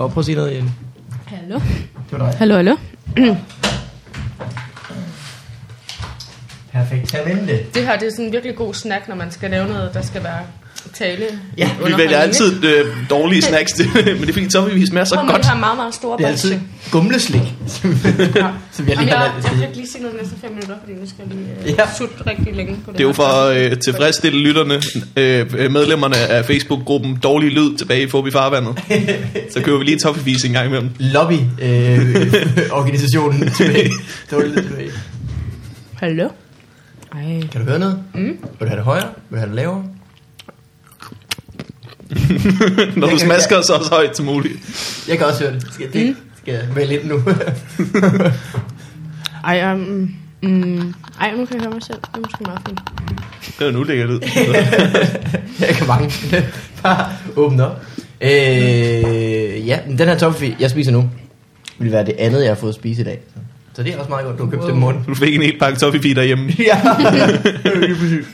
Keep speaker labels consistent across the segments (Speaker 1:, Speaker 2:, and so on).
Speaker 1: Og prøv at sige noget, Jelle.
Speaker 2: Hallo.
Speaker 1: Det var dig.
Speaker 2: Hallo, hallo.
Speaker 1: Perfekt. Tag med det.
Speaker 2: Det her det er sådan en virkelig god snack, når man skal lave noget, der skal være tale.
Speaker 1: Ja,
Speaker 2: underholdning,
Speaker 3: Vi vælger
Speaker 2: ikke?
Speaker 3: altid øh, dårlige snacks, til, men det er fordi Tommy, vi smager så
Speaker 2: Prøv med
Speaker 3: godt.
Speaker 2: Det her meget, meget store
Speaker 1: Det er altid
Speaker 2: bolse.
Speaker 1: gumleslik, som som jeg
Speaker 2: Jamen,
Speaker 1: lige har
Speaker 2: jeg,
Speaker 1: valgt at
Speaker 2: jeg
Speaker 1: sige.
Speaker 2: fik lige sige noget de næste fem minutter, fordi nu skal jeg lige øh,
Speaker 1: Ja.
Speaker 2: ja. sutte rigtig længe på det
Speaker 3: Det er jo
Speaker 2: her.
Speaker 3: for at øh, tilfredsstille lytterne, øh, øh, medlemmerne af Facebook-gruppen Dårlig Lyd tilbage i Fobi Farvandet. Så køber vi lige toffevis en gang imellem.
Speaker 1: Lobbyorganisationen øh, tilbage. Dårligt tilbage.
Speaker 2: Hallo. Ej.
Speaker 1: Kan du høre noget? Mm. Vil du have det højere? Vil du have det lavere?
Speaker 3: Når
Speaker 1: kan
Speaker 3: du
Speaker 1: vi
Speaker 3: smasker så, så højt som muligt.
Speaker 1: Jeg kan også høre det. Skal, det, skal jeg vælge lidt nu?
Speaker 2: Ej, um, mm, ej, nu kan jeg høre mig selv. Det er måske meget fint.
Speaker 3: Det er en ulækkert lyd.
Speaker 1: jeg kan mange. Bare åbne op. Øh, ja, men den her toffee, jeg spiser nu, vil være det andet, jeg har fået at spise i dag. Så det er også meget godt, du har købt wow. det i morgen.
Speaker 3: Du fik en hel pakke toffee derhjemme.
Speaker 1: ja, lige præcis.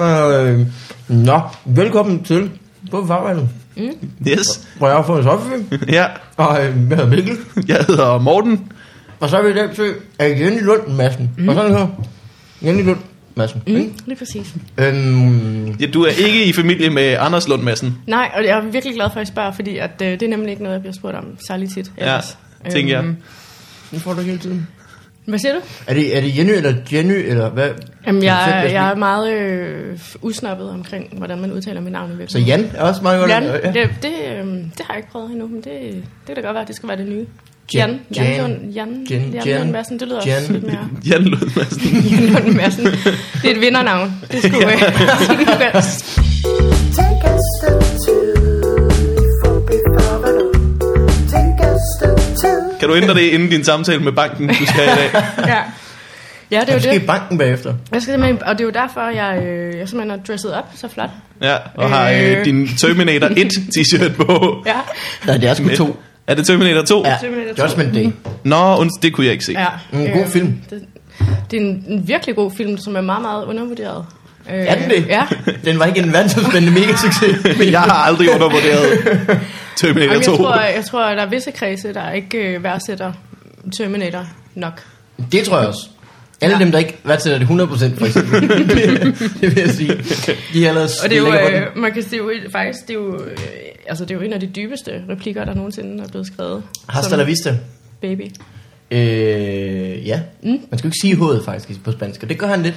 Speaker 1: øh, nå, velkommen til på farvandet.
Speaker 3: Yes.
Speaker 1: Hvor jeg har fået en toffee,
Speaker 3: Ja,
Speaker 1: og øh, jeg hedder Mikkel.
Speaker 3: jeg hedder Morten.
Speaker 1: Og så er vi i dag besøg af Jenny Lund Madsen. Mm. Og sådan her, Jenny Lund Madsen. Mm.
Speaker 2: Mm, lige præcis.
Speaker 1: Øhm,
Speaker 3: Ja, du er ikke i familie med Anders Lund Madsen.
Speaker 2: Nej, og jeg er virkelig glad for, at I spørger, fordi at, øh, det er nemlig ikke noget, jeg bliver spurgt om særlig tit. Øhm.
Speaker 3: Ja, tænker jeg.
Speaker 1: den får du ikke hele tiden.
Speaker 2: Hvad siger du?
Speaker 1: Er det, er det Jenny eller Jenny, eller hvad? Kan du
Speaker 2: Jamen,
Speaker 1: selv
Speaker 2: jeg,
Speaker 1: bedst
Speaker 2: jeg er
Speaker 1: lide?
Speaker 2: meget øh, usnappet omkring, hvordan man udtaler mit navn i
Speaker 1: Så
Speaker 2: virkeligheden.
Speaker 1: Jan er også meget godt.
Speaker 2: Jan,
Speaker 1: Ja.
Speaker 2: det, det, øh, det har jeg ikke prøvet endnu, men det, det kan da godt være, at det skal være det nye.
Speaker 1: Jan.
Speaker 2: Jan,
Speaker 1: Jan.
Speaker 2: Jan, Lund, Jan,
Speaker 1: Jan.
Speaker 2: Jan, Jan,
Speaker 1: Jan.
Speaker 2: Lund Madsen, det lyder
Speaker 1: Jan.
Speaker 2: også lidt mere.
Speaker 3: Jan Lund Madsen.
Speaker 2: Jan Lund Madsen. Det er et vindernavn. Det skulle, øh, det skulle være.
Speaker 4: Take a step two for before Take a step two.
Speaker 3: Kan du ændre det inden din samtale med banken, du skal i dag?
Speaker 2: Ja. ja, det er
Speaker 1: Jeg
Speaker 2: jo
Speaker 1: skal
Speaker 2: det.
Speaker 1: i banken bagefter.
Speaker 2: Jeg skal simpelthen, og det er jo derfor, jeg, øh, jeg simpelthen har dresset op så flot.
Speaker 3: Ja, og har øh,
Speaker 2: Øh.
Speaker 3: din Terminator 1 t-shirt på.
Speaker 2: Ja.
Speaker 1: Nej, det er sgu to.
Speaker 3: Er det Terminator 2?
Speaker 1: Ja,
Speaker 2: Terminator to. Mm.
Speaker 1: Judgment Day.
Speaker 3: Nå, und- det kunne jeg ikke se.
Speaker 2: ja. Øhm,
Speaker 1: En god film.
Speaker 2: Det, det er en, en virkelig god film, som er meget, meget undervurderet. Øh,
Speaker 1: Er den det?
Speaker 2: Ja.
Speaker 1: Den var ikke en verdensomspændende mega succes.
Speaker 3: Men jeg har aldrig undervurderet Terminator
Speaker 2: Jamen,
Speaker 3: 2.
Speaker 2: jeg, tror, øh, jeg tror, at der er visse kredse, der ikke øh, værdsætter Terminator nok.
Speaker 1: Det tror jeg også. Alle ja. dem, der ikke værdsætter det 100% for eksempel. det vil jeg sige. De har lavet
Speaker 2: Og det er jo,
Speaker 1: lækker på den.
Speaker 2: øh, man kan se, det er jo et- faktisk, det er jo, øh, altså, det er jo en af de dybeste replikker, der nogensinde er blevet skrevet.
Speaker 1: Hasta
Speaker 2: Som
Speaker 1: la vista.
Speaker 2: Baby.
Speaker 1: Øh, ja. Mm. Man skal jo ikke sige hovedet faktisk på spansk, og det gør han lidt.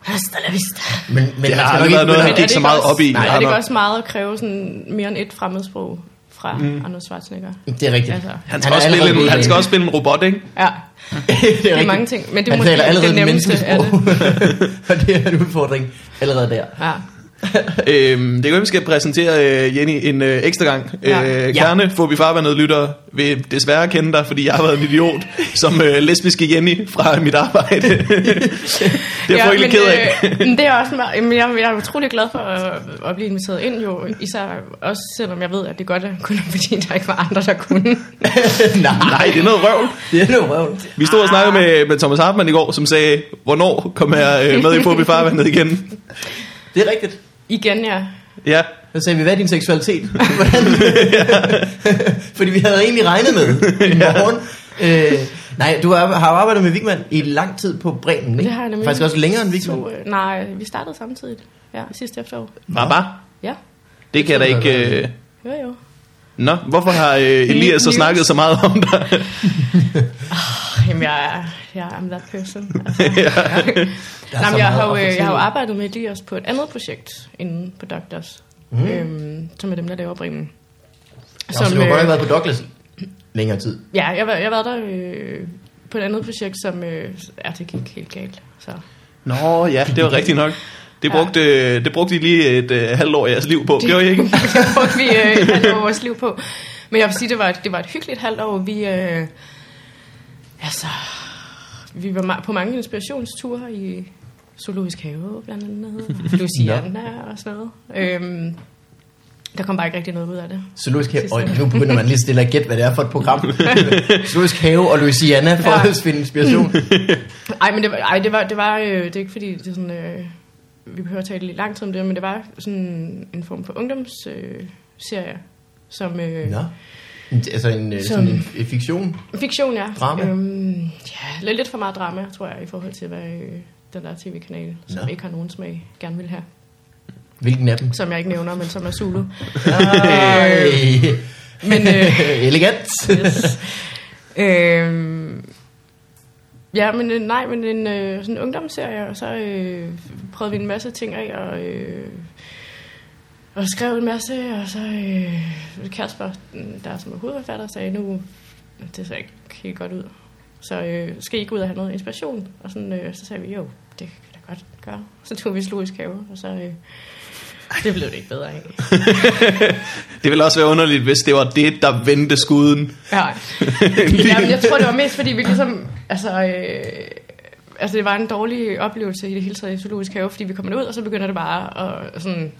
Speaker 2: Hasta la vista.
Speaker 1: Men, men
Speaker 3: det
Speaker 1: man
Speaker 3: har
Speaker 1: skal nok
Speaker 3: aldrig været noget,
Speaker 1: begynde
Speaker 3: han
Speaker 1: at-
Speaker 3: gik så
Speaker 2: ikke
Speaker 3: meget
Speaker 2: også-
Speaker 3: op i.
Speaker 2: Nej, er det
Speaker 3: Anders.
Speaker 2: ikke også meget at kræve sådan mere end et fremmedsprog fra mm. Anders Schwarzenegger?
Speaker 1: Det er rigtigt.
Speaker 2: Altså.
Speaker 3: Han skal, også
Speaker 1: allerede
Speaker 3: spille en,
Speaker 1: blevet-
Speaker 3: han skal også spille en robot, ikke?
Speaker 2: Ja,
Speaker 1: det
Speaker 2: det er mange ting, men det er
Speaker 1: han
Speaker 2: måske
Speaker 1: taler allerede
Speaker 2: det nemmeste
Speaker 1: menneskesprog. og det er en udfordring allerede der.
Speaker 2: ja.
Speaker 3: Øhm, det kan være, vi skal præsentere øh, Jenny en øh, ekstra gang.
Speaker 2: Ja.
Speaker 3: Øh,
Speaker 2: Ja.
Speaker 3: Kerne, Fobi Farvandet lytter, vil desværre kende dig, fordi jeg har været en idiot som øh, lesbiske Jenny fra mit arbejde. det er jeg
Speaker 2: ja,
Speaker 3: ja, lidt ked af.
Speaker 2: øh, men det er også meget, jamen, jeg, jeg er utrolig glad for at, at blive inviteret ind jo, især også selvom jeg ved, at det godt er kun fordi, der ikke var andre, der kunne.
Speaker 1: Nej,
Speaker 3: Nej, det er noget røvl.
Speaker 1: det er noget røvl.
Speaker 3: Vi stod
Speaker 2: Ah.
Speaker 3: og snakkede med, med Thomas Hartmann i går, som sagde, hvornår kommer jeg øh, med i Fobi Farvandet igen?
Speaker 1: Det er rigtigt.
Speaker 2: Igen, ja.
Speaker 3: Ja,
Speaker 1: Så sagde vi, hvad er din seksualitet? Hvordan? Fordi vi havde egentlig regnet med i morgen. øh, nej, du har, har jo arbejdet med Vigman i lang tid på Bremen, ikke?
Speaker 2: Det har jeg nemlig.
Speaker 1: Faktisk også længere end Vigman.
Speaker 2: To, øh, nej, vi startede samtidig. Ja, sidste efterår.
Speaker 3: bare bare.
Speaker 2: Ja,
Speaker 3: Det kan jeg da ikke... Øh...
Speaker 2: jo jo.
Speaker 3: Nå, hvorfor har øh, Elias så
Speaker 2: news.
Speaker 3: snakket så meget om dig?
Speaker 2: Jamen, jeg er, jeg er I'm that person. Altså,
Speaker 1: Der er så
Speaker 2: Jamen, jeg,
Speaker 1: meget
Speaker 2: har jo,
Speaker 1: at
Speaker 2: øh, jeg har jo
Speaker 1: fortælle.
Speaker 2: arbejdet med Elias på et andet projekt inden på Doctors, mm. øhm, som er dem, der laver Bremen.
Speaker 1: Mhm. Nå, så du har godt nok
Speaker 2: øh,
Speaker 1: været på Douglas i længere tid.
Speaker 2: ja, jeg, var- jeg var der øh, på et andet projekt, som øh, ja, det gik helt galt. Så.
Speaker 3: Nå ja, det var rigtigt nok. Det brugte, ja. det brugte I lige et øh, halvt år af jeres liv på,
Speaker 2: Det-
Speaker 3: gjorde I ikke?
Speaker 2: det brugte vi øh, et halvt år af vores liv på. Men jeg vil sige, det var, et- det var et hyggeligt halvt år. Vi, øh, altså, vi var ma- på mange inspirationsture i Zoologisk Have, blandt andet. og Luciana og sådan noget. Øhm, der kom bare ikke rigtig noget ud af det.
Speaker 1: Zoologisk have.
Speaker 2: Sidste
Speaker 1: Øj,
Speaker 2: år.
Speaker 1: nu begynder man lige stille at gætte, hvad det er for et program. Zoologisk have og Louisiana for
Speaker 2: Ja.
Speaker 1: at finde inspiration.
Speaker 2: Ej, men det var, ej, det var, det var øh, det er ikke fordi, det er sådan, øh, vi behøver at tale lidt lang tid om det, men det var sådan en form for ungdomsserie, øh, serie, som øh,
Speaker 1: Nå. Altså en, øh, sådan en, en fiktion.
Speaker 2: fiktion er.
Speaker 1: Drama?
Speaker 2: Øhm, ja, lidt- lidt for meget drama, tror jeg, i forhold til, hvad øh, den der tv-kanal, som
Speaker 1: Nå.
Speaker 2: ikke har nogen smag, gerne vil have.
Speaker 1: Hvilken af dem?
Speaker 2: Som jeg ikke nævner, men som er Zulu.
Speaker 1: Ej.
Speaker 2: Men øh,
Speaker 1: Elegant.
Speaker 2: yes. øhm, ja, men øh, nej, men en øh, sådan en ungdomsserie, og så øh, prøvede vi en masse ting af, og, øh, og skrev en masse, og så øh, Kasper, den- der er som er hovedforfatter, sagde, nu, det ser ikke helt godt ud, så øh, skal I ikke ud og have noget inspiration? Og sådan, øh, så sagde vi, jo, det kan jeg da godt gøre. Så tog vi zoologisk have, og så... Øh, det blev det ikke bedre af.
Speaker 3: Det ville også være underligt, hvis det var det, der vendte skuden.
Speaker 2: Nej. Jamen, jeg tror, det var mest, fordi vi ligesom... Altså, øh, altså, det var en dårlig oplevelse i det hele taget i zoologisk have, fordi vi kommer ud, og så begynder det bare at sådan...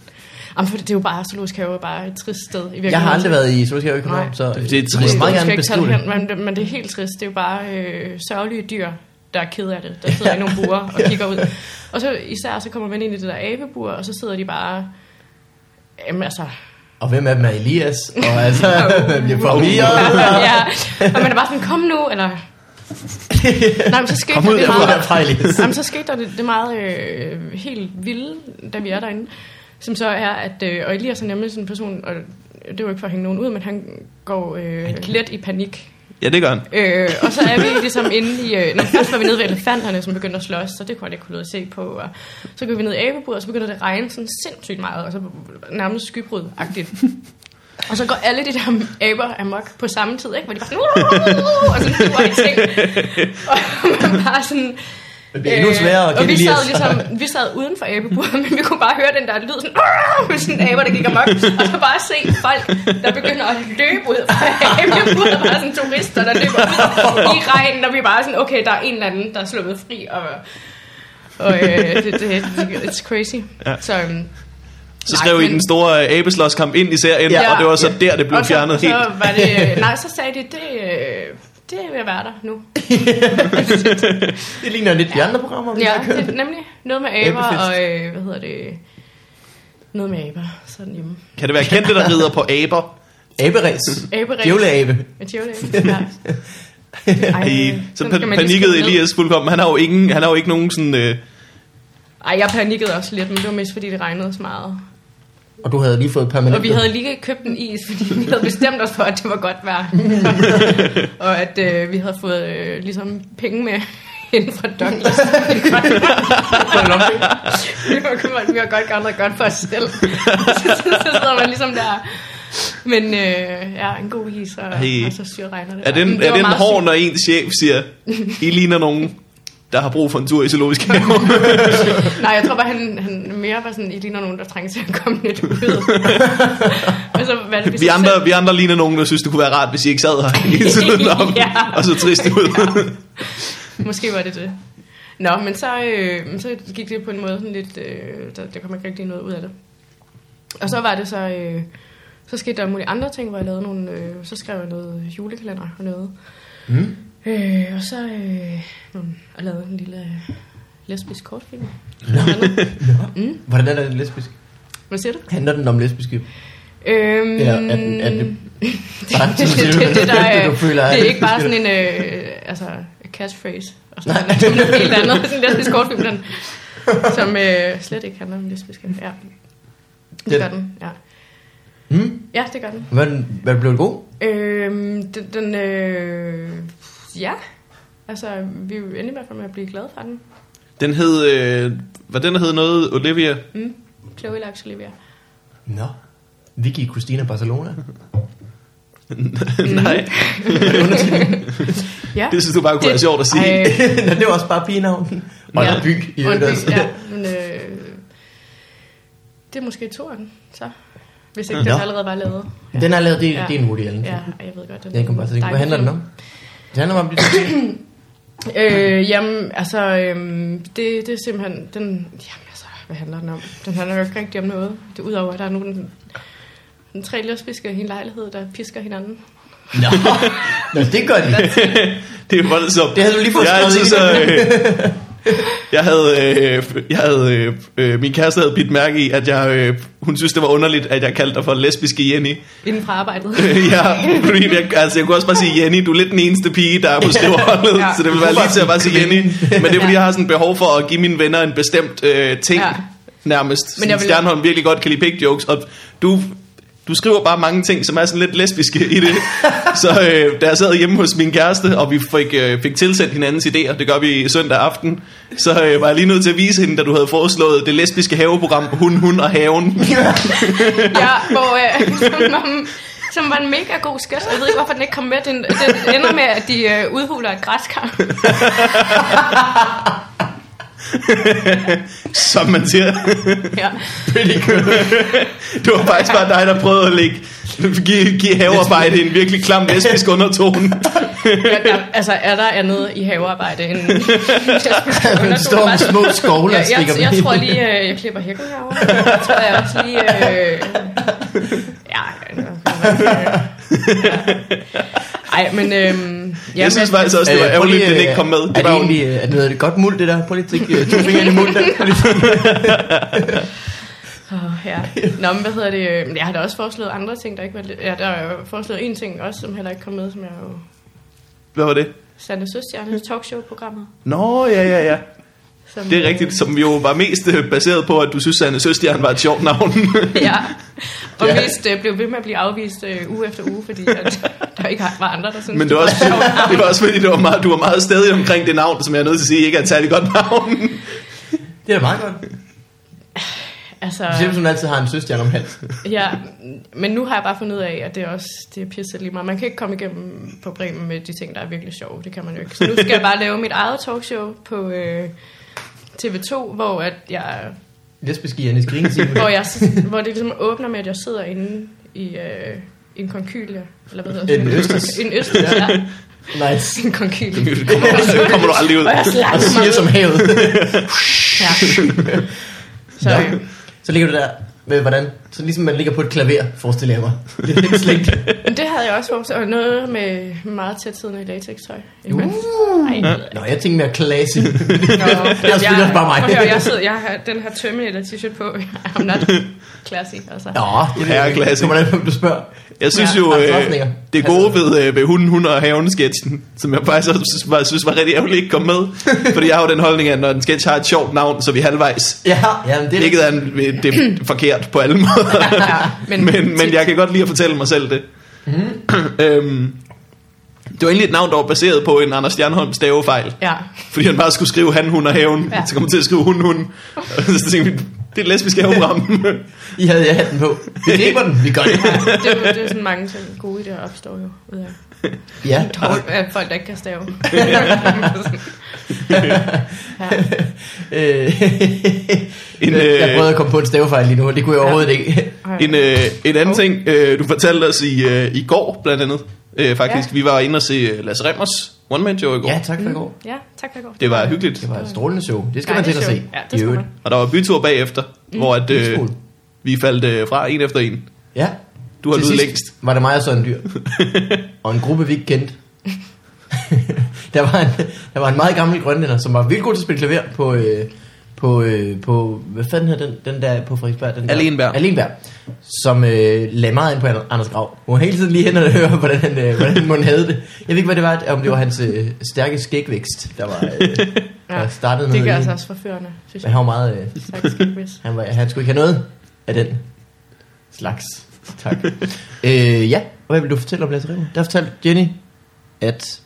Speaker 2: Jamen, for det er jo bare, zoologisk have er bare et trist sted. I virkeligheden.
Speaker 1: Jeg har aldrig været i Solskjaer Økonom,
Speaker 2: Nej.
Speaker 1: så
Speaker 3: Det er
Speaker 1: øh,
Speaker 3: trist.
Speaker 1: jeg vil meget
Speaker 2: Du skal
Speaker 1: gerne
Speaker 2: ikke tage
Speaker 1: beskrive
Speaker 2: det
Speaker 1: det.
Speaker 2: hen, men, men det er helt trist. Det er jo bare øh, sørgelige dyr, der er ked af det. Der sidder i nogle buer og kigger ud. Og så især så kommer man ind i det der abebur, og så sidder de bare... Jamen altså,
Speaker 1: Og hvem af dem er Elias? Og altså, man bliver forvirret.
Speaker 2: ja. Og man er bare sådan, kom nu, eller... Nej, men så skete
Speaker 3: Kom
Speaker 2: der
Speaker 3: ud
Speaker 2: det
Speaker 3: derfra.
Speaker 1: Ud
Speaker 2: meget...
Speaker 1: derfra, Elias.
Speaker 2: Jamen, så skete der det, det meget øh, helt vilde, da vi er derinde, som så er, at... Øh, og Elias er nemlig sådan en person, og det var ikke for at hænge nogen ud, men han går øh, let i panik.
Speaker 3: Ja, det gør han.
Speaker 2: Øh, og så er vi ligesom inde i... Øh, når først var vi nede ved elefanterne, som begyndte at slås, så det kunne han ikke kunne lide at se på. Og så går vi ned i abeburet, og så begynder det at regne sådan sindssygt meget, og så nærmest skybrud-agtigt. Og så går alle de der aber amok på samme tid, ikke? Hvor de bare sådan... "Wow!" Og sådan flyver i ting. Og man bare sådan...
Speaker 1: Det bliver endnu sværere at
Speaker 2: øh, og
Speaker 1: kende
Speaker 2: vi sad,
Speaker 1: Elias.
Speaker 2: ligesom, vi sad uden for abeburet, men vi kunne bare høre den der lyd, sådan, "Arr!" med sådan en aber, der gik amok, og så bare se folk, der begynder at løbe ud fra abeburet, bare sådan turister, der løber ud i regnen, og vi bare sådan, okay, der er en eller anden, der er sluppet fri, og, og øh, det, det, it's crazy.
Speaker 3: Ja.
Speaker 2: Så, øhm,
Speaker 3: Så
Speaker 2: Nej,
Speaker 3: skrev I
Speaker 2: men-
Speaker 3: den store øh, abeslåskamp ind i serien,
Speaker 2: Ja.
Speaker 3: og det var så
Speaker 1: Ja.
Speaker 3: der, det blev
Speaker 2: og så,
Speaker 3: fjernet
Speaker 2: så
Speaker 3: helt.
Speaker 2: var det, nej, så sagde de, det, øh, det vil være der nu.
Speaker 1: Det ligner lidt de andre programmer, vi
Speaker 2: Ja,
Speaker 1: har
Speaker 2: det
Speaker 1: kørt.
Speaker 2: er nemlig noget med aber
Speaker 1: Abefest.
Speaker 2: og, øh, hvad hedder det, noget med aber, sådan hjemme.
Speaker 3: Kan det være kendte, der rider på aber?
Speaker 1: Aberæs.
Speaker 2: Aberæs.
Speaker 1: Djævleabe.
Speaker 2: Et djævleæg, ja. Ej,
Speaker 3: I, så
Speaker 2: sådan
Speaker 3: pa-
Speaker 2: skal man lige
Speaker 3: panikkede
Speaker 2: skrive ned.
Speaker 3: Elias fuldkommen. Han har jo, ingen, han har jo ikke nogen sådan... Øh,
Speaker 2: Ej, jeg panikkede også lidt, men det var mest fordi, det regnede så meget.
Speaker 1: Og du havde lige fået permanent.
Speaker 2: Og vi havde lige købt en is, fordi vi havde bestemt os for, at det var godt vejr. og at øh, vi havde fået øh, ligesom penge med inden fra Douglas. Det var godt. vi var godt- vi har godt gøre noget godt for os selv. så, så, så sidder man ligesom der. Men øh, ja, en god is, og,
Speaker 3: Hey.
Speaker 2: og så syrregner det.
Speaker 3: er den,
Speaker 2: Men
Speaker 3: er
Speaker 2: var
Speaker 3: den
Speaker 2: meget
Speaker 3: hård,
Speaker 2: sygt.
Speaker 3: når ens chef siger, I ligner nogen, der har brug for en tur i zoologisk have?
Speaker 2: Nej, jeg tror bare, han, han mere var sådan, I ligner nogen, der trænger til at komme lidt ud. og så var det,
Speaker 3: Vi
Speaker 2: så
Speaker 3: andre,
Speaker 2: selv-
Speaker 3: vi andre ligner nogen, der synes, det kunne være rart, hvis I ikke sad her hele tiden om,
Speaker 2: Ja.
Speaker 3: og så trist ud.
Speaker 2: Måske var det det. Nå, men så, øh, men så gik det på en måde sådan lidt, øh, der, der kom ikke rigtig noget ud af det. Og så var det så, øh, så skete der alle mulige andre ting, hvor jeg lavede nogle, øh, så skrev jeg noget julekalender og noget. Mm. Øh, og så øh, nogle- og lavede en lille øh, lesbisk kortfilm. Mm,
Speaker 1: Hvordan er den lesbisk?
Speaker 2: Hvad siger du?
Speaker 1: Handler den om lesbiske?
Speaker 2: Øhm,
Speaker 1: Eller er den- er det- Bare
Speaker 2: det, det, det, det, der,
Speaker 1: du
Speaker 2: er,
Speaker 1: føler,
Speaker 2: det er
Speaker 1: at-
Speaker 2: ikke bare sådan en øh, altså, catchphrase. Og sådan noget, som noget helt andet. Sådan en lesbisk kortfilm, den, som øh, slet ikke handler om lesbisk. Ja. Det,
Speaker 1: Den-
Speaker 2: gør den, ja.
Speaker 1: Hmm?
Speaker 2: Ja, det gør den.
Speaker 1: Hvad, hvad blev det god?
Speaker 2: Øhm, den, den øh, ja. Altså, vi er jo endelig i hvert fald med at blive glade for den.
Speaker 3: Den hed, øh, hvad den hed noget, Olivia?
Speaker 2: Mm. Chloe Laks Olivia.
Speaker 1: Nå. Vicky, Christina, Barcelona. Mm.
Speaker 3: Nej,
Speaker 2: Ja.
Speaker 3: det synes du bare kunne være
Speaker 2: Det-
Speaker 3: sjovt at sige.
Speaker 2: Ej,
Speaker 1: Nå, det var også bare pigenavnen. Og ja. en by. I
Speaker 2: og en
Speaker 1: øvrigt også.
Speaker 2: by, ja. Men, øh, det er måske toeren, så. Hvis ikke
Speaker 1: Nå.
Speaker 2: den allerede var lavet.
Speaker 1: Den er lavet, det,
Speaker 2: Ja.
Speaker 1: det er en hurtig anden.
Speaker 2: Ja, og jeg ved godt, den
Speaker 1: Den kom bare til at tænke, hvad
Speaker 2: dejlig
Speaker 1: handler den om? Det handler om,
Speaker 2: Øh, jamen, altså, øhm, det, det er simpelthen, den, jamen altså, hvad handler den om? Den handler jo ikke rigtig om noget. Det er udover, at der er nogen, den tre lesbiske i en lejlighed, der pisker hinanden.
Speaker 1: Nå. Nå, det gør de.
Speaker 3: Det er voldsomt.
Speaker 1: Det havde du lige fået
Speaker 3: jeg er
Speaker 1: skrevet
Speaker 3: altid
Speaker 1: ind.
Speaker 3: så, øh, Jeg havde, øh, jeg havde øh, øh, min kæreste havde bidt mærke i, at jeg, øh, hun synes, det var underligt, at jeg kaldte dig for lesbiske Jenny.
Speaker 2: Inden fra arbejdet.
Speaker 3: ja, fordi jeg, altså, jeg kunne også bare sige, Jenny, du er lidt den eneste pige, der er på skriveholdet, ja.
Speaker 2: Ja.
Speaker 3: så det vil være lige til at bare sige Jenny. Men det er, fordi jeg har sådan et behov for at give mine venner en bestemt øh, ting, ja.
Speaker 2: Ja.
Speaker 3: nærmest. Men
Speaker 2: Men
Speaker 3: jeg
Speaker 2: jeg vil-
Speaker 3: Stjernholm virkelig godt kan lide pig jokes, og du, du skriver bare mange ting, som er sådan lidt lesbiske i det. så øh, da jeg sad hjemme hos min kæreste, og vi fik, øh, fik tilsendt hinandens idéer, det gør vi søndag aften, så øh, var jeg lige nødt til at vise hende, da du havde foreslået det lesbiske haveprogram, Hun, Hun og Haven.
Speaker 2: ja, hvor, øh, som, var- som var en mega god sketch. og Jeg ved ikke, hvorfor den ikke kom med. Den, den ender med, at de øh, udhuler et græskar.
Speaker 3: som man siger.
Speaker 2: Ja.
Speaker 1: Pretty good.
Speaker 3: Det var faktisk bare dig, der prøvede at lægge, give, give havearbejde en virkelig klam lesbisk undertone.
Speaker 2: Ja, der, altså, er der andet i havearbejde end...
Speaker 1: Hun står med små skovler
Speaker 2: Ja,
Speaker 1: og
Speaker 2: jeg,
Speaker 1: stikker
Speaker 2: jeg,
Speaker 1: dem
Speaker 2: tror
Speaker 1: ind.
Speaker 2: lige, øh, jeg klipper hækken herovre. Jeg tror jeg også lige... Øh, ja, ja, ja. Ej, men... Øhm, ja,
Speaker 3: Jeg synes
Speaker 2: men,
Speaker 3: faktisk også, det var
Speaker 1: Øh, prøv
Speaker 3: ærgerligt,
Speaker 1: lige,
Speaker 3: at den
Speaker 1: øh,
Speaker 3: ikke kom med.
Speaker 1: Er
Speaker 3: Det var
Speaker 1: det
Speaker 3: jo
Speaker 1: egentlig øh, er det noget af det godt muld, det der? Prøv lige at stikke øh, to fingre ind i munden der. Prøv lige at-
Speaker 2: Åh, ja. Nå, men hvad hedder det? øh, Jeg har da også foreslået andre ting, der ikke var... Ja, der er jo foreslået en ting også, som heller ikke kom med, som jeg jo...
Speaker 3: Hvad var det?
Speaker 2: Sande Søstjerne, talkshow-programmet.
Speaker 3: Nå, ja, ja, ja.
Speaker 2: Som,
Speaker 3: Det er rigtigt, som jo var mest øh, baseret på, at du synes, at Anne Søstjern var et sjovt navn.
Speaker 2: Øh, ja. Og
Speaker 1: Ja.
Speaker 2: ja. mest øh, blev ved med at blive afvist øh, uge efter uge, fordi at, der ikke var andre, der syntes,
Speaker 3: Men det var også, det var også fordi, det var meget, du var meget stedig omkring det navn, som jeg er nødt til at sige ikke er et særligt godt navn.
Speaker 1: Det er da meget godt.
Speaker 2: Altså,
Speaker 1: Selv hun altid har en søstjerne om halsen.
Speaker 2: ja, men nu har jeg bare fundet ud af, at det er også det er pisse lige meget. Man kan ikke komme igennem på Bremen med de ting, der er virkelig sjove. Det kan man jo ikke. Så nu skal jeg bare lave mit eget talkshow på øh, TV2, hvor at jeg
Speaker 1: Lesbiske Jenny Skrinetime.
Speaker 2: hvor, jeg, hvor det ligesom åbner med, at jeg sidder inde i øh, en konkylia. Eller hvad hedder det?
Speaker 1: En østers.
Speaker 2: En østers, ja.
Speaker 1: Nice.
Speaker 2: En konkylia.
Speaker 3: Det kommer, det kommer du aldrig ud.
Speaker 2: Og jeg
Speaker 1: Og
Speaker 2: slagter mig
Speaker 1: siger
Speaker 2: ud.
Speaker 1: som havet.
Speaker 2: Ja. Så,
Speaker 1: Nå.
Speaker 2: øh,
Speaker 1: Så ligger du der med, hvordan? Så ligesom man ligger på et klaver, forestiller jeg mig. Det er lidt slægt.
Speaker 2: men det havde jeg også foreslået. Og noget med meget tæt siddende i latex-tøj. Uh. Ej,
Speaker 1: Nå, jeg tænkte mere klasse.
Speaker 2: jeg,
Speaker 1: er selvfølgelig også bare mig.
Speaker 2: Prøv at høre, jeg, sidder, jeg har den her tømme eller t-shirt på. I'm not classy, altså.
Speaker 1: Nå, det
Speaker 3: Ja, klasse.
Speaker 1: Kommer an på, hvem du spørger.
Speaker 3: Jeg synes
Speaker 2: Ja,
Speaker 3: jo,
Speaker 1: Lars
Speaker 3: øh,
Speaker 1: Rosninger.
Speaker 3: det gode ved, øh, ved hunden, hun og haven sketchen, som jeg faktisk også synes, var, synes var rigtig ærgerligt ikke kom med, fordi jeg har jo den holdning, at når en sketch har et sjovt navn, så er vi halvvejs.
Speaker 1: Ja, jamen, det er
Speaker 3: Hvilket er, en, det er forkert på alle måder.
Speaker 2: Ja,
Speaker 3: men, men, men jeg kan godt lide at fortælle mig selv det. Mm. øhm, det var egentlig et navn, der var baseret på en Anders Stjernholm stavefejl.
Speaker 2: Ja,
Speaker 3: Fordi han bare skulle skrive han, hun og haven. Ja.
Speaker 2: Ja.
Speaker 3: Så kom han til at skrive hun, hun. Og så tænkte vi, det er et lesbisk haveprogram.
Speaker 1: I havde jeg hatten på. Vi griber den, vi gør det.
Speaker 2: det, er jo- det er sådan mange ting gode idéer opstår jo. Ved jeg.
Speaker 1: Ja.
Speaker 2: Dårligt, at folk, der ikke kan stave. ja.
Speaker 1: Øh,
Speaker 3: En,
Speaker 1: jeg
Speaker 3: øh,
Speaker 1: prøvede at komme på en stavefejl lige nu, og det kunne jeg overhovedet ikke.
Speaker 3: En, øh, en anden ting, øh, du fortalte os i, øh, i går blandt andet, øh, faktisk. Ja.
Speaker 2: Ja.
Speaker 3: Vi var inde og se øh, Lasse Remmers One Man Show i går.
Speaker 1: Ja,
Speaker 3: Ja.
Speaker 1: tak for i går.
Speaker 2: Ja, tak for i går.
Speaker 3: Det var hyggeligt.
Speaker 1: Mm. Det var et strålende show. Det skal
Speaker 2: Ja,
Speaker 1: man
Speaker 2: det
Speaker 1: til
Speaker 2: er
Speaker 1: at se.
Speaker 2: sjovt. Ja, det
Speaker 1: I
Speaker 2: skal
Speaker 1: øvrigt.
Speaker 2: man.
Speaker 3: Og der var bytur bagefter, mm. hvor at, øh,
Speaker 1: Bytur.
Speaker 3: vi faldt øh, fra en efter en.
Speaker 1: Ja.
Speaker 3: Du har
Speaker 1: Til
Speaker 3: lydet
Speaker 1: sidst
Speaker 3: længst.
Speaker 1: var det mig og så en dyr. og en gruppe, vi ikke kendte. der, var en, der var en meget gammel grønlænder, som var vildt god til at spille klaver på... Øh, på, øh, på, hvad fanden hedder den, den der på Frederiksberg? Den der-
Speaker 3: Alenberg.
Speaker 1: Alenberg. Som øh, lagde meget ind på An- Anders Grav. Hun var hele tiden lige hen og høre, hvordan, han, øh, hvordan hun havde det. Jeg ved ikke, hvad det var, om det var hans øh, stærke skægvækst, der var... Øh, der startede
Speaker 2: det
Speaker 1: noget
Speaker 2: gør
Speaker 1: i-
Speaker 2: altså også forførende, synes
Speaker 1: men
Speaker 2: jeg.
Speaker 1: han var meget... Øh,
Speaker 2: Tak, Skibris.
Speaker 1: han, var, han skulle ikke have noget af den slags. Tak. øh, ja, og hvad vil du fortælle om Lasse Rimmer? Der fortalte Jenny, at...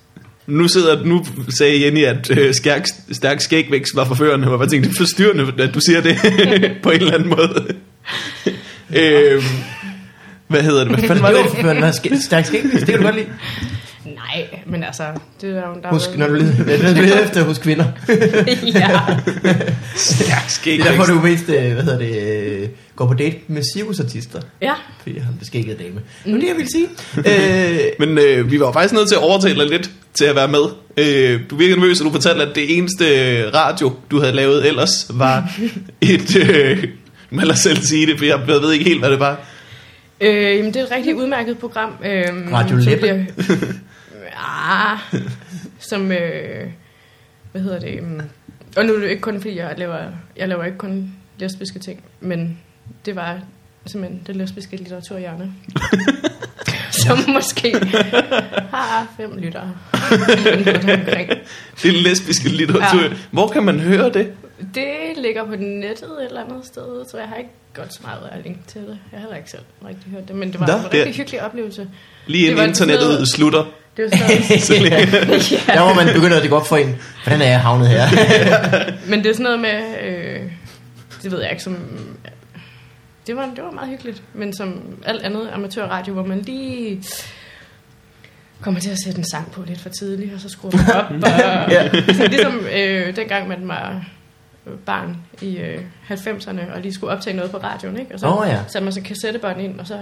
Speaker 3: Nu, sidder, nu sagde Jenny, at øh, skærk, stærk skægvækst var forførende. Og jeg bare tænkte, det er forstyrrende, at du siger det på en eller anden måde. øh, hvad hedder det? Hvad fanden var
Speaker 1: det
Speaker 3: det?
Speaker 1: var forførende, når han skæg, stærk skæg, det kan du godt lide.
Speaker 2: Nej, men altså, det er jo der
Speaker 1: Husk, når du leder, når du leder efter hos kvinder.
Speaker 2: ja.
Speaker 3: Stærk
Speaker 1: Det er derfor,
Speaker 3: skægvækst.
Speaker 1: du mest, øh, hvad hedder det, øh, går på date med cirkusartister.
Speaker 2: ja.
Speaker 1: Fordi jeg har en beskækket dame. Nu er det, jeg vil sige. Øh,
Speaker 3: Men øh, vi var faktisk nødt til at overtale dig lidt til at være med. Øh, du virkede nervøs, og du fortalte, at det eneste øh, radio, du havde lavet ellers, var et... Øh, du må ellers selv sige det, for jeg jeg ved ikke helt, hvad det var.
Speaker 2: Øh, jamen, det er et rigtig udmærket program. Øh,
Speaker 1: Radio Læppe.
Speaker 2: Ah, ja, som, øh, hvad hedder det, um, Og nu er det jo ikke kun, fordi jeg laver, jeg laver ikke kun lesbiske ting, men det var simpelthen det lesbiske litteraturhjerne. som måske har fem lyttere. omkring.
Speaker 3: Det lesbiske litteratur. Ja.
Speaker 2: Ja.
Speaker 3: Hvor kan man høre det?
Speaker 2: det ligger på nettet et eller andet sted, så jeg har ikke godt så meget af link til det. Jeg har heller ikke selv rigtig hørt det, men det var
Speaker 3: Nå,
Speaker 2: en
Speaker 3: det er-
Speaker 2: rigtig hyggelig oplevelse.
Speaker 3: Lige
Speaker 2: Det var
Speaker 3: inden internettet
Speaker 2: sådan noget-
Speaker 3: slutter.
Speaker 2: Det var sådan,
Speaker 3: Så længe.
Speaker 1: ja. Der må man begynde at det går op for en. Hvordan er jeg havnet her?
Speaker 2: Men det er sådan noget med, øh, det ved jeg ikke, som... Det var, det var meget hyggeligt, men som alt andet amatørradio, hvor man lige kommer til at sætte en sang på lidt for tidligt, og så skruer man op. Og,
Speaker 1: Ja.
Speaker 2: så ligesom øh, dengang man var barn i øh, 90'erne, og lige skulle optage noget på radioen, ikke? og så
Speaker 1: Åh, ja.
Speaker 2: satte man så kassettebånd ind, og så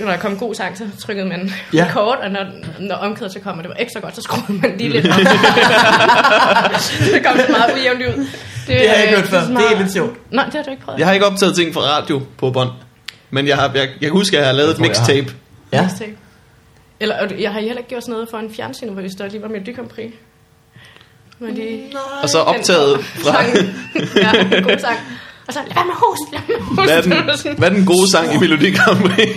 Speaker 2: når der kom en god sang, så trykkede man
Speaker 1: Ja.
Speaker 2: ja. record, og når, når omkvædet så kom, og det var ikke så godt, så skruede man lige lidt op. det kom så meget ujævnt ud.
Speaker 1: Det har jeg ikke hørt
Speaker 2: øh,
Speaker 1: før.
Speaker 2: så
Speaker 1: Det er
Speaker 2: meget-
Speaker 1: lidt sjovt.
Speaker 2: Nej, det har du ikke prøvet.
Speaker 3: Jeg har ikke optaget ting fra radio på bånd. Men jeg, har, jeg, jeg kan huske, at jeg har lavet et
Speaker 1: tror, jeg har.
Speaker 3: mixtape.
Speaker 1: Ja.
Speaker 2: Mixtape. Eller og jeg har heller ikke gjort sådan noget for en fjernsyn, hvor det står lige var med Grand Prix. Men lige
Speaker 3: Og så optaget fra...
Speaker 2: sang. ja, god sang. Og så, lad være med host, lad være med host. Det
Speaker 3: Hvad er,
Speaker 2: var
Speaker 3: den,
Speaker 2: sådan,
Speaker 3: hvad er den gode sang i Melodi Grand Prix?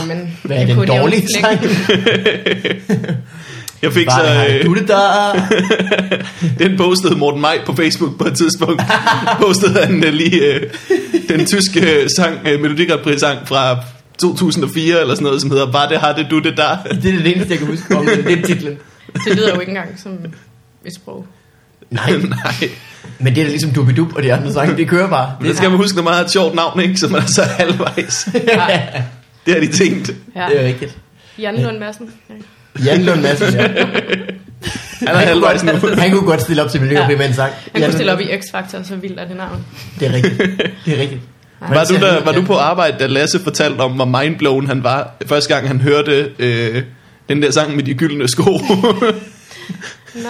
Speaker 2: Jamen,
Speaker 1: Hvad er
Speaker 2: det
Speaker 1: den
Speaker 2: kunne de jo
Speaker 1: dårlige
Speaker 2: slet ikke.
Speaker 1: sang?
Speaker 3: Jeg fik så...
Speaker 1: Bare har
Speaker 3: Øh,
Speaker 1: du det der?
Speaker 3: den postede Morten Maj på Facebook på et tidspunkt. postede han øh, lige øh, den tyske øh, sang, øh, Melodi Grand Prix sang fra 2004 eller sådan noget, som hedder Var det, har det, du det der?
Speaker 1: Det er det eneste, jeg kan huske om øh, det er titlen.
Speaker 2: Det lyder jo ikke engang som et sprog.
Speaker 1: Nej,
Speaker 3: Nej.
Speaker 1: men det er da ligesom Dubidup og de andre sange, det kører bare.
Speaker 3: Men det skal man huske, når man har et sjovt navn, ikke? Så man er så halvvejs.
Speaker 2: Ja.
Speaker 3: Det har de tænkt.
Speaker 2: Ja.
Speaker 1: Det er rigtigt.
Speaker 2: Jan Lund Madsen. Ja.
Speaker 1: Jan Lund Madsen, ja.
Speaker 3: Han er halvvejs nu.
Speaker 1: Han kunne godt stille op til Miljø ja. med en sang.
Speaker 2: Han
Speaker 1: Jan-
Speaker 2: kunne stille op i X-Factor, så vildt er det navn.
Speaker 1: Det er rigtigt. Det er rigtigt.
Speaker 3: Var du, der, var du på arbejde, da Lasse fortalte om, hvor mindblown han var, første gang han hørte øh, den der sang med de gyldne sko?
Speaker 2: Nej.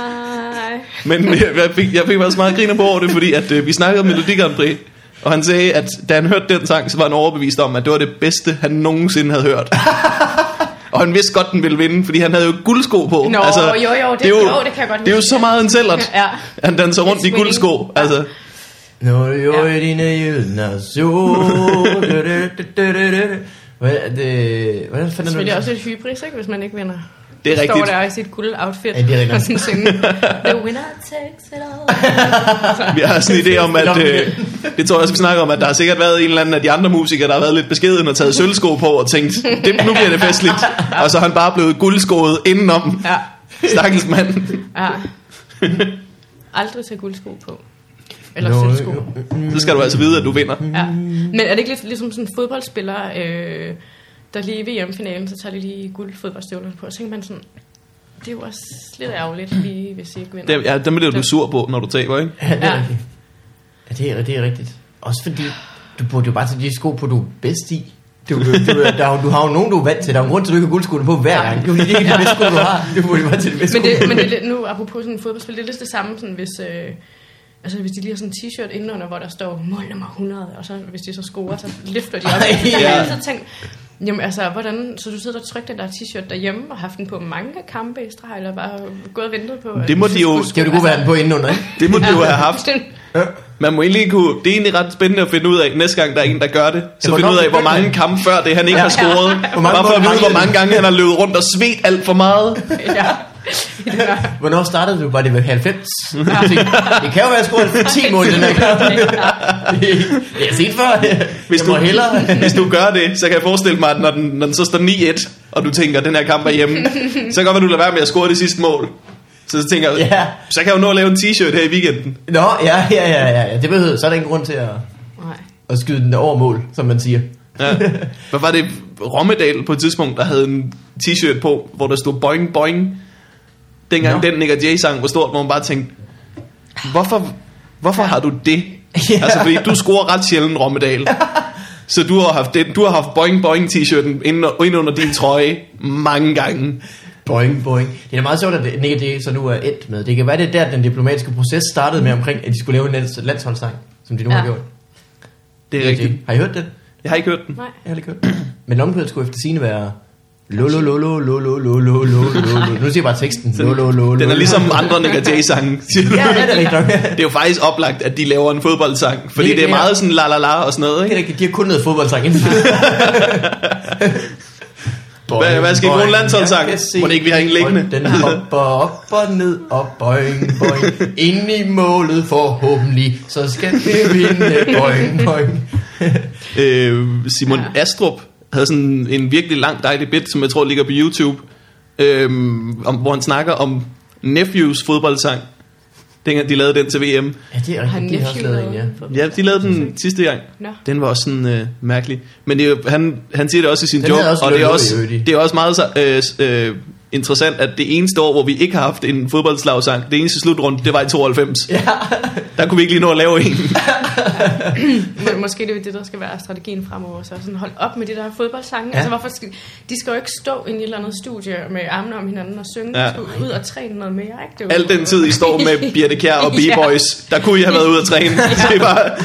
Speaker 3: Men øh, jeg fik, jeg fik faktisk meget griner på over det, fordi at, øh, vi snakkede om Melodi Grand Prix, og han sagde, at da han hørte den sang, så var han overbevist om, at det var det bedste, han nogensinde havde hørt. Og han vidste godt, den ville vinde, fordi han havde jo guldsko på. Altså,
Speaker 2: Nå, jo, jo, det- jo, det kan jeg godt
Speaker 3: Det er jo
Speaker 2: huske.
Speaker 3: så meget en sællert.
Speaker 2: Ja.
Speaker 3: Han danser rundt
Speaker 2: It's
Speaker 3: i
Speaker 2: winning.
Speaker 3: guldsko. Altså,
Speaker 1: Nu er jo
Speaker 2: Ja.
Speaker 1: i dine jødner så... Hvad er det? Hvordan
Speaker 2: Det er
Speaker 1: fandt du
Speaker 2: selvfølgelig
Speaker 1: det?
Speaker 2: også et hybris, ikke, hvis man ikke vinder.
Speaker 3: det er
Speaker 2: Så Står
Speaker 3: rigtigt.
Speaker 2: der i sit guld outfit
Speaker 1: Ja, det er rigtigt.
Speaker 2: og sådan synge, The winner takes it all.
Speaker 3: Vi har sådan en idé om, at
Speaker 1: Nå,
Speaker 3: øh, det tror jeg også, vi snakker om, at der har sikkert været en eller anden af de andre musikere, der har været lidt beskeden og taget sølvsko på og tænkt, det, nu bliver det festligt. Og så er han bare blevet guldskoet indenom.
Speaker 2: Ja,
Speaker 3: Stakkels mand.
Speaker 2: ja. Aldrig tage guldsko på. Eller
Speaker 1: Nå,
Speaker 2: sølvsko.
Speaker 1: jo.
Speaker 3: Så skal du altså vide, at du vinder.
Speaker 2: Ja. Men er det ikke lidt ligesom sådan en fodboldspiller, øh, der lige i VM-finalen, så tager de lige guldfodboldstøvlerne på, og så tænker man sådan, det er jo også lidt ærgerligt lige, hvis I ikke vinder.
Speaker 3: Det, ja, dem bliver du sur på, når du taber, ikke?
Speaker 1: Ja, det er
Speaker 2: Ja.
Speaker 1: rigtigt. Ja, det er, det er rigtigt. Også fordi, du burde jo bare tage de sko på, du er bedst i. Du, du, du, der, er jo- du har jo nogen, du er vant til. Der er jo en grund til, at du ikke har guldskoene på hver
Speaker 2: Ja.
Speaker 1: gang. Det er jo ikke de bedste sko, du har. Du burde jo bare tage de bedste
Speaker 2: Men
Speaker 1: sko.
Speaker 2: det, men det er lidt, nu apropos sådan fodboldspil, det er lidt det samme, sådan, hvis, øh, altså, hvis de lige har sådan en t-shirt indenunder, hvor der står mål nummer 100, og så hvis de så scorer, så løfter de op.
Speaker 1: Ej,
Speaker 2: Ej,
Speaker 1: ja.
Speaker 2: ja. Jeg har altid tænkt, jamen altså, hvordan, så du sidder og trykker den der t-shirt derhjemme, og har haft den på mange kampe i streg, eller bare gået og ventet på. at
Speaker 3: Det må de jo-
Speaker 1: Det er jo det gode være den på indenunder, ikke?
Speaker 3: Det må du jo have haft.
Speaker 2: Altså,
Speaker 3: Man må egentlig kunne, det er egentlig ret spændende at finde ud af, næste gang der er en, der gør det. Så
Speaker 1: Ja,
Speaker 3: finde ud af,
Speaker 1: hvornår
Speaker 3: hvor
Speaker 1: begyndte
Speaker 3: mange kampe før det, han ikke
Speaker 1: Ja.
Speaker 3: har scoret.
Speaker 1: Hvor mange
Speaker 3: Bare for at
Speaker 1: mål
Speaker 3: vide, hvor
Speaker 1: manglede
Speaker 3: mange gange han har løbet rundt og svedt alt for meget.
Speaker 2: ja.
Speaker 1: Hvornår startede du? Var det ved 90? Jeg tænkte, Det kan jo være, at jeg scorede 10 mål i den her kamp. Det har jeg set før.
Speaker 3: Hvis
Speaker 1: jeg må
Speaker 3: du-
Speaker 1: hellere.
Speaker 3: Hvis du gør det, så kan jeg forestille mig, at når den, når den så står 9-1, og du tænker, den her kamp er hjemme, så kan godt være, du lader være med at score det sidste mål. Så, så tænker jeg,
Speaker 1: Ja.
Speaker 3: så kan jeg jo nå at lave en t-shirt her i weekenden.
Speaker 1: Nå, ja, ja, ja, ja, ja. Det behøver, så er der ingen grund til at,
Speaker 2: Nej.
Speaker 1: at skyde den over mål, som man siger.
Speaker 3: Ja. Hvad var det? Rommedal på et tidspunkt, der havde en t-shirt på, hvor der stod boing boing. Dengang
Speaker 1: Nå.
Speaker 3: den Nick Jay sang var stort, hvor man bare tænkte, hvorfor, hvorfor har du det?
Speaker 1: Ja.
Speaker 3: Altså fordi du scorer ret sjældent Rommedal. Så du har haft, den, du har haft boing boing t-shirten inde, inde under din trøje mange gange.
Speaker 1: Boing, boing. Det er da meget sjovt, at det- Nick det så nu er endt med. Det kan være, det er der, den diplomatiske proces startede med omkring, at de skulle lave en lands- landsholdssang, som de nu ja. har
Speaker 2: Ja.
Speaker 1: gjort.
Speaker 3: Det er rigtigt.
Speaker 1: Har I hørt den?
Speaker 3: Jeg har ikke hørt den.
Speaker 2: Nej.
Speaker 1: Jeg har ikke hørt den. Men Lommepøl skulle efter sine være Lo, lo, lo, lo, lo, lo, lo, lo, lo, lo, lo. Nu siger jeg bare teksten. Lo, lo, lo, lo,
Speaker 3: Den er
Speaker 1: lo.
Speaker 3: ligesom andre Nick Jay-sange. siger du.
Speaker 1: Ja, det er rigtigt nok.
Speaker 3: Det er jo faktisk oplagt, at de laver en fodboldsang,
Speaker 1: Det-
Speaker 3: fordi det, det er
Speaker 1: det er-
Speaker 3: meget sådan la la la og sådan noget,
Speaker 1: Det er
Speaker 3: ikke?
Speaker 1: rigtigt, de har kun noget fodboldsang inden.
Speaker 3: Hvad- hvad skal I bruge en landsholdssang?
Speaker 1: Jeg kan se,
Speaker 3: Må det ikke, vi har en liggende?
Speaker 1: bolden hopper op og ned og boing, boing. Ind i målet forhåbentlig, så skal vi vinde boing, boing.
Speaker 3: Øh, Simon
Speaker 2: Ja.
Speaker 3: ja. Astrup havde sådan en virkelig lang dejlig bit, som jeg tror ligger på YouTube, øh, om, hvor han snakker om Nephews fodboldsang. Dengang de lavede den til VM.
Speaker 1: Ja, det er
Speaker 2: Har
Speaker 1: rigtigt, de har også
Speaker 2: Nephew
Speaker 1: lavet en, ja.
Speaker 2: noget?
Speaker 3: Ja, de lavede den sidste gang.
Speaker 2: Nå.
Speaker 3: Den var også sådan øh, mærkelig. Men det, er jo- han, han siger det også i sin
Speaker 1: Den
Speaker 3: joke,
Speaker 1: havde også
Speaker 3: og det er
Speaker 1: Lolo
Speaker 3: også,
Speaker 1: i øvrigt i.
Speaker 3: det er også meget så- øh, s- øh, interessant, at det eneste år, hvor vi ikke har haft en fodboldslagsang, det eneste slutrunde, det var i 92.
Speaker 1: Ja.
Speaker 3: Der kunne vi ikke lige nå at lave en.
Speaker 2: Må, måske det er det, der skal være strategien fremover. Så sådan, hold op med det der fodboldsange.
Speaker 1: Ja.
Speaker 2: Ja. Altså, hvorfor skal, de skal jo ikke stå i et eller andet studie med armene om hinanden og synge.
Speaker 3: Ja.
Speaker 2: Ja. De skal ud og træne noget mere, ikke? Det er jo-
Speaker 3: Al den tid, I står med Birte Kjær og B-Boys, der kunne I have været ude at træne. Det var,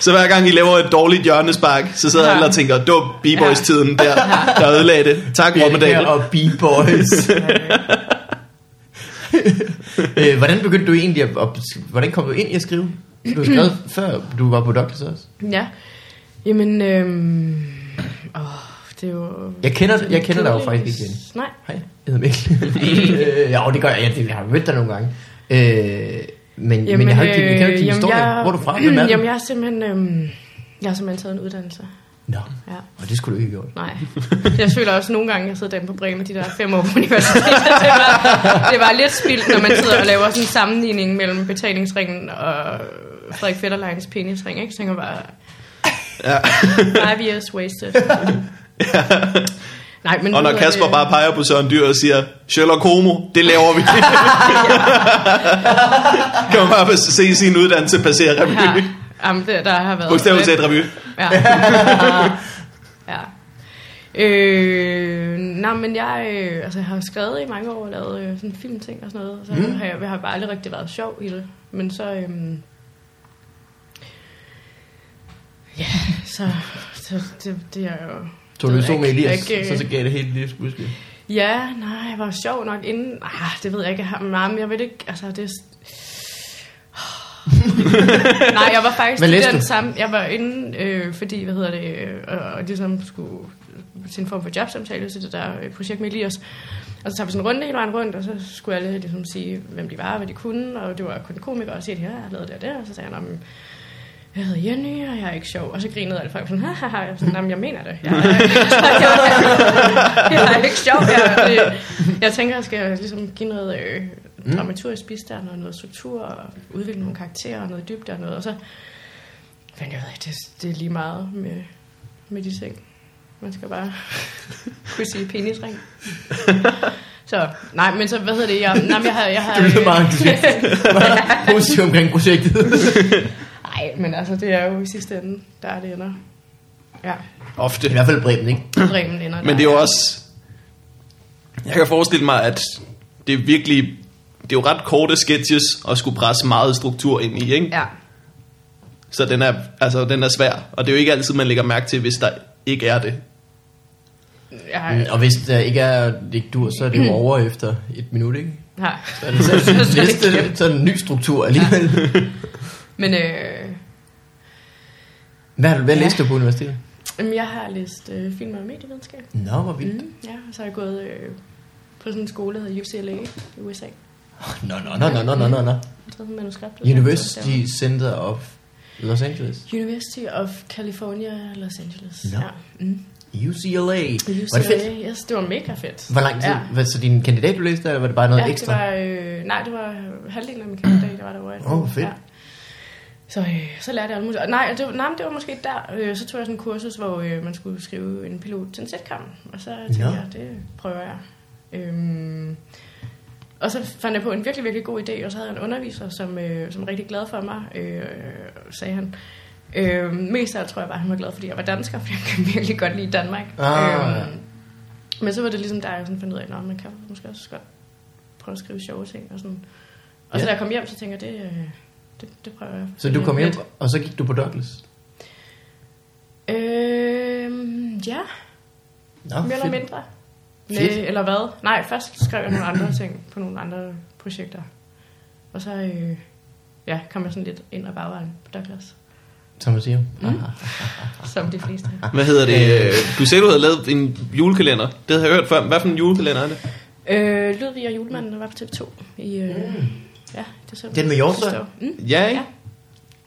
Speaker 3: så hver gang I laver et dårligt hjørnespark, så sidder
Speaker 2: Ja.
Speaker 3: alle og tænker, dum B-Boys-tiden der, der ødelagde det. Tak, Rommedal.
Speaker 1: Birte og B-Boys. øh, hvordan begyndte du egentlig at, at, hvordan kom du ind i at skrive? Du har skrevet før du var på Doctors også.
Speaker 2: Ja. Jamen, øhm, åh, det er jo...
Speaker 1: Jeg kender, jeg kender dig jo faktisk ikke igen.
Speaker 2: Nej.
Speaker 1: Hej, jeg hedder Mikkel. øh, ja, det gør jeg. Jeg, jeg har mødt dig nogle gange. Øh, men, jamen, men jeg har ikke, jeg kender ikke din
Speaker 2: øh,
Speaker 1: historie.
Speaker 2: jeg-
Speaker 1: Hvor er du fra? Hvem er
Speaker 2: Jamen,
Speaker 1: jamen,
Speaker 2: jeg har simpelthen... Øhm, jeg har simpelthen taget en uddannelse.
Speaker 1: Nå,
Speaker 2: Ja.
Speaker 1: og det skulle du ikke have gjort.
Speaker 2: Nej. Jeg føler også nogle gange, jeg sidder derinde på Bremen, de der fem år på universitetet. Det var, det var lidt spildt, når man sidder og laver sådan en sammenligning mellem betalingsringen og Frederik Fetterleins penisring, ikke? Så tænker jeg bare... Ja. Five years wasted. Nej, men
Speaker 3: Og
Speaker 2: nu
Speaker 3: når
Speaker 2: er
Speaker 3: Kasper
Speaker 2: det-
Speaker 3: bare peger på Søren Dyr og siger, Sherlock Homo, det laver vi. kan man bare se sin uddannelse passere revy.
Speaker 2: Ja. Jamen, det, der har været...
Speaker 3: Bogstaveligt talt revy.
Speaker 2: Ja. ja. Øh, nej, men jeg, øh, altså, jeg har skrevet i mange år og lavet øh, sådan filmting og sådan noget, og så mm. har jeg, jeg har bare aldrig rigtig været sjov i det. Men så, øh, ja, så, så det, det er jo...
Speaker 1: Tog du
Speaker 2: det ved
Speaker 1: så
Speaker 2: jeg
Speaker 1: med
Speaker 2: ikke.
Speaker 1: Elias,
Speaker 2: Jeg, øh,
Speaker 1: så, så gav det hele livs pludselig.
Speaker 2: Ja, nej, jeg var sjov nok inden. Ah, det ved jeg ikke. Jeg har- Nej, men jeg ved ikke, altså det... er s- nej, jeg var faktisk
Speaker 1: Hvad
Speaker 2: i
Speaker 1: læste
Speaker 2: den
Speaker 1: du?
Speaker 2: samme... Jeg var inde, øh, fordi, hvad hedder det, øh, og, og ligesom skulle til en form for jobsamtale til det der øh, projekt med Elias. Og så tager vi sådan en runde hele vejen rundt, og så skulle alle ligesom sige, hvem de var, hvad de kunne, og det var kun komikere, og sige, her, jeg har lavet det og det, og så sagde han, "Nå, men jeg hedder Jenny, og jeg er ikke sjov. Og så grinede alle folk sådan, haha, jeg, var sådan, "Jamen, jeg mener det. Jeg, jeg, jeg, jeg er ikke sjov. Jeg, jeg, jeg tænker, jeg skal ligesom give noget øh,
Speaker 1: Mm.
Speaker 2: dramaturgisk bistand og noget struktur, og udvikle nogle karakterer og noget dybde og noget. Og så fandt jeg ud af, at det, det er lige meget med, med de ting. Man skal bare kunne sige penisring. Så, nej, men så, hvad hedder det? Jeg, nej, men jeg har, jeg har,
Speaker 1: Du lyder meget entusiastisk.
Speaker 2: øh,
Speaker 1: Positiv omkring projektet.
Speaker 2: Nej, men altså, det er jo i sidste ende, der er det ender. Ja,
Speaker 3: Ofte.
Speaker 1: I hvert fald Bremen, ikke?
Speaker 2: Bremen ender der.
Speaker 3: Men det er jo også... Jeg kan forestille mig, at det er virkelig... Det er jo ret korte sketches at skulle presse meget struktur ind i, ikke?
Speaker 2: Ja,
Speaker 3: Så den er, altså, den er svær. Og det er jo ikke altid, man lægger mærke til, hvis der ikke er det.
Speaker 2: ja,
Speaker 1: Og hvis der ikke er det ikke dur, så er det jo over efter et minut, ikke?
Speaker 2: ja.
Speaker 1: Så er det så,
Speaker 2: Så er det
Speaker 1: næste,
Speaker 2: glemt.
Speaker 1: så er det en ny struktur alligevel.
Speaker 2: Men øh,
Speaker 1: Hvad, har du- hvad læste du på universitetet?
Speaker 2: jamen, jeg har læst øh, film og medievidenskab.
Speaker 1: Nå, hvor vildt.
Speaker 2: Mm, ja, og så har jeg gået øh, på sådan en skole, der hedder UCLA i USA. Mm.
Speaker 1: Nå, nå, nå, nå, nå, nå, nå, nå.
Speaker 2: Jeg tror, manuskript.
Speaker 1: University Center of Los Angeles.
Speaker 2: University of California, Los Angeles.
Speaker 1: Nå.
Speaker 2: Ja. Mm.
Speaker 1: UCLA. Var det fedt?
Speaker 2: UCLA, yes, det var mega fedt.
Speaker 1: Hvor lang tid?
Speaker 2: Ja.
Speaker 1: Ja. Var så din kandidat, du læste, eller var det bare noget
Speaker 2: ja,
Speaker 1: ekstra?
Speaker 2: Det var, øh, nej, det var halvdelen af min kandidat, der var derovre.
Speaker 1: Åh, hvor fedt.
Speaker 2: Så, øh, så lærte jeg alt muligt. Og Nej, det var, nej, men det var måske der. Øh, så tog jeg sådan en kursus, hvor øh, man skulle skrive en pilot til en sitcom. Og så tænkte
Speaker 1: Nå.
Speaker 2: jeg, det prøver jeg. Øhm, og så fandt jeg på en virkelig, virkelig god idé, og så havde jeg en underviser, som, øh, som var rigtig glad for mig, øh, sagde han. Øh, mest af alt tror jeg bare, han var glad, fordi jeg var dansker, for jeg kan virkelig godt lide Danmark. Øhm,
Speaker 1: Ah, ja.
Speaker 2: Men så var det ligesom der, jeg sådan fandt ud af, at man kan måske også godt prøve at skrive sjove ting. Og, sådan. og så
Speaker 1: Ja.
Speaker 2: da jeg kom hjem, så tænkte jeg, det, øh, det, det prøver jeg.
Speaker 1: Så du kom hjem,
Speaker 2: Lidt.
Speaker 1: og så gik du på Douglas?
Speaker 2: Øh, ja,
Speaker 1: Nå,
Speaker 2: mere eller
Speaker 1: fedt.
Speaker 2: mindre. Næ, eller hvad? Nej, først skrev jeg nogle andre ting på nogle andre projekter. Og så øh, ja, kom jeg sådan lidt ind ad bagvejen på Douglas,
Speaker 1: Som man siger. Mm.
Speaker 2: som de fleste.
Speaker 3: Hvad hedder det? Øh, Du sagde, du havde lavet en julekalender. Det havde jeg hørt før. Hvad for en julekalender er det?
Speaker 2: Øh, Ludvig og julemanden var på TV2 i... Øh, Ja, det så
Speaker 1: Den med Hjortøj?
Speaker 2: sidste år. Mm.
Speaker 3: Ja, ikke?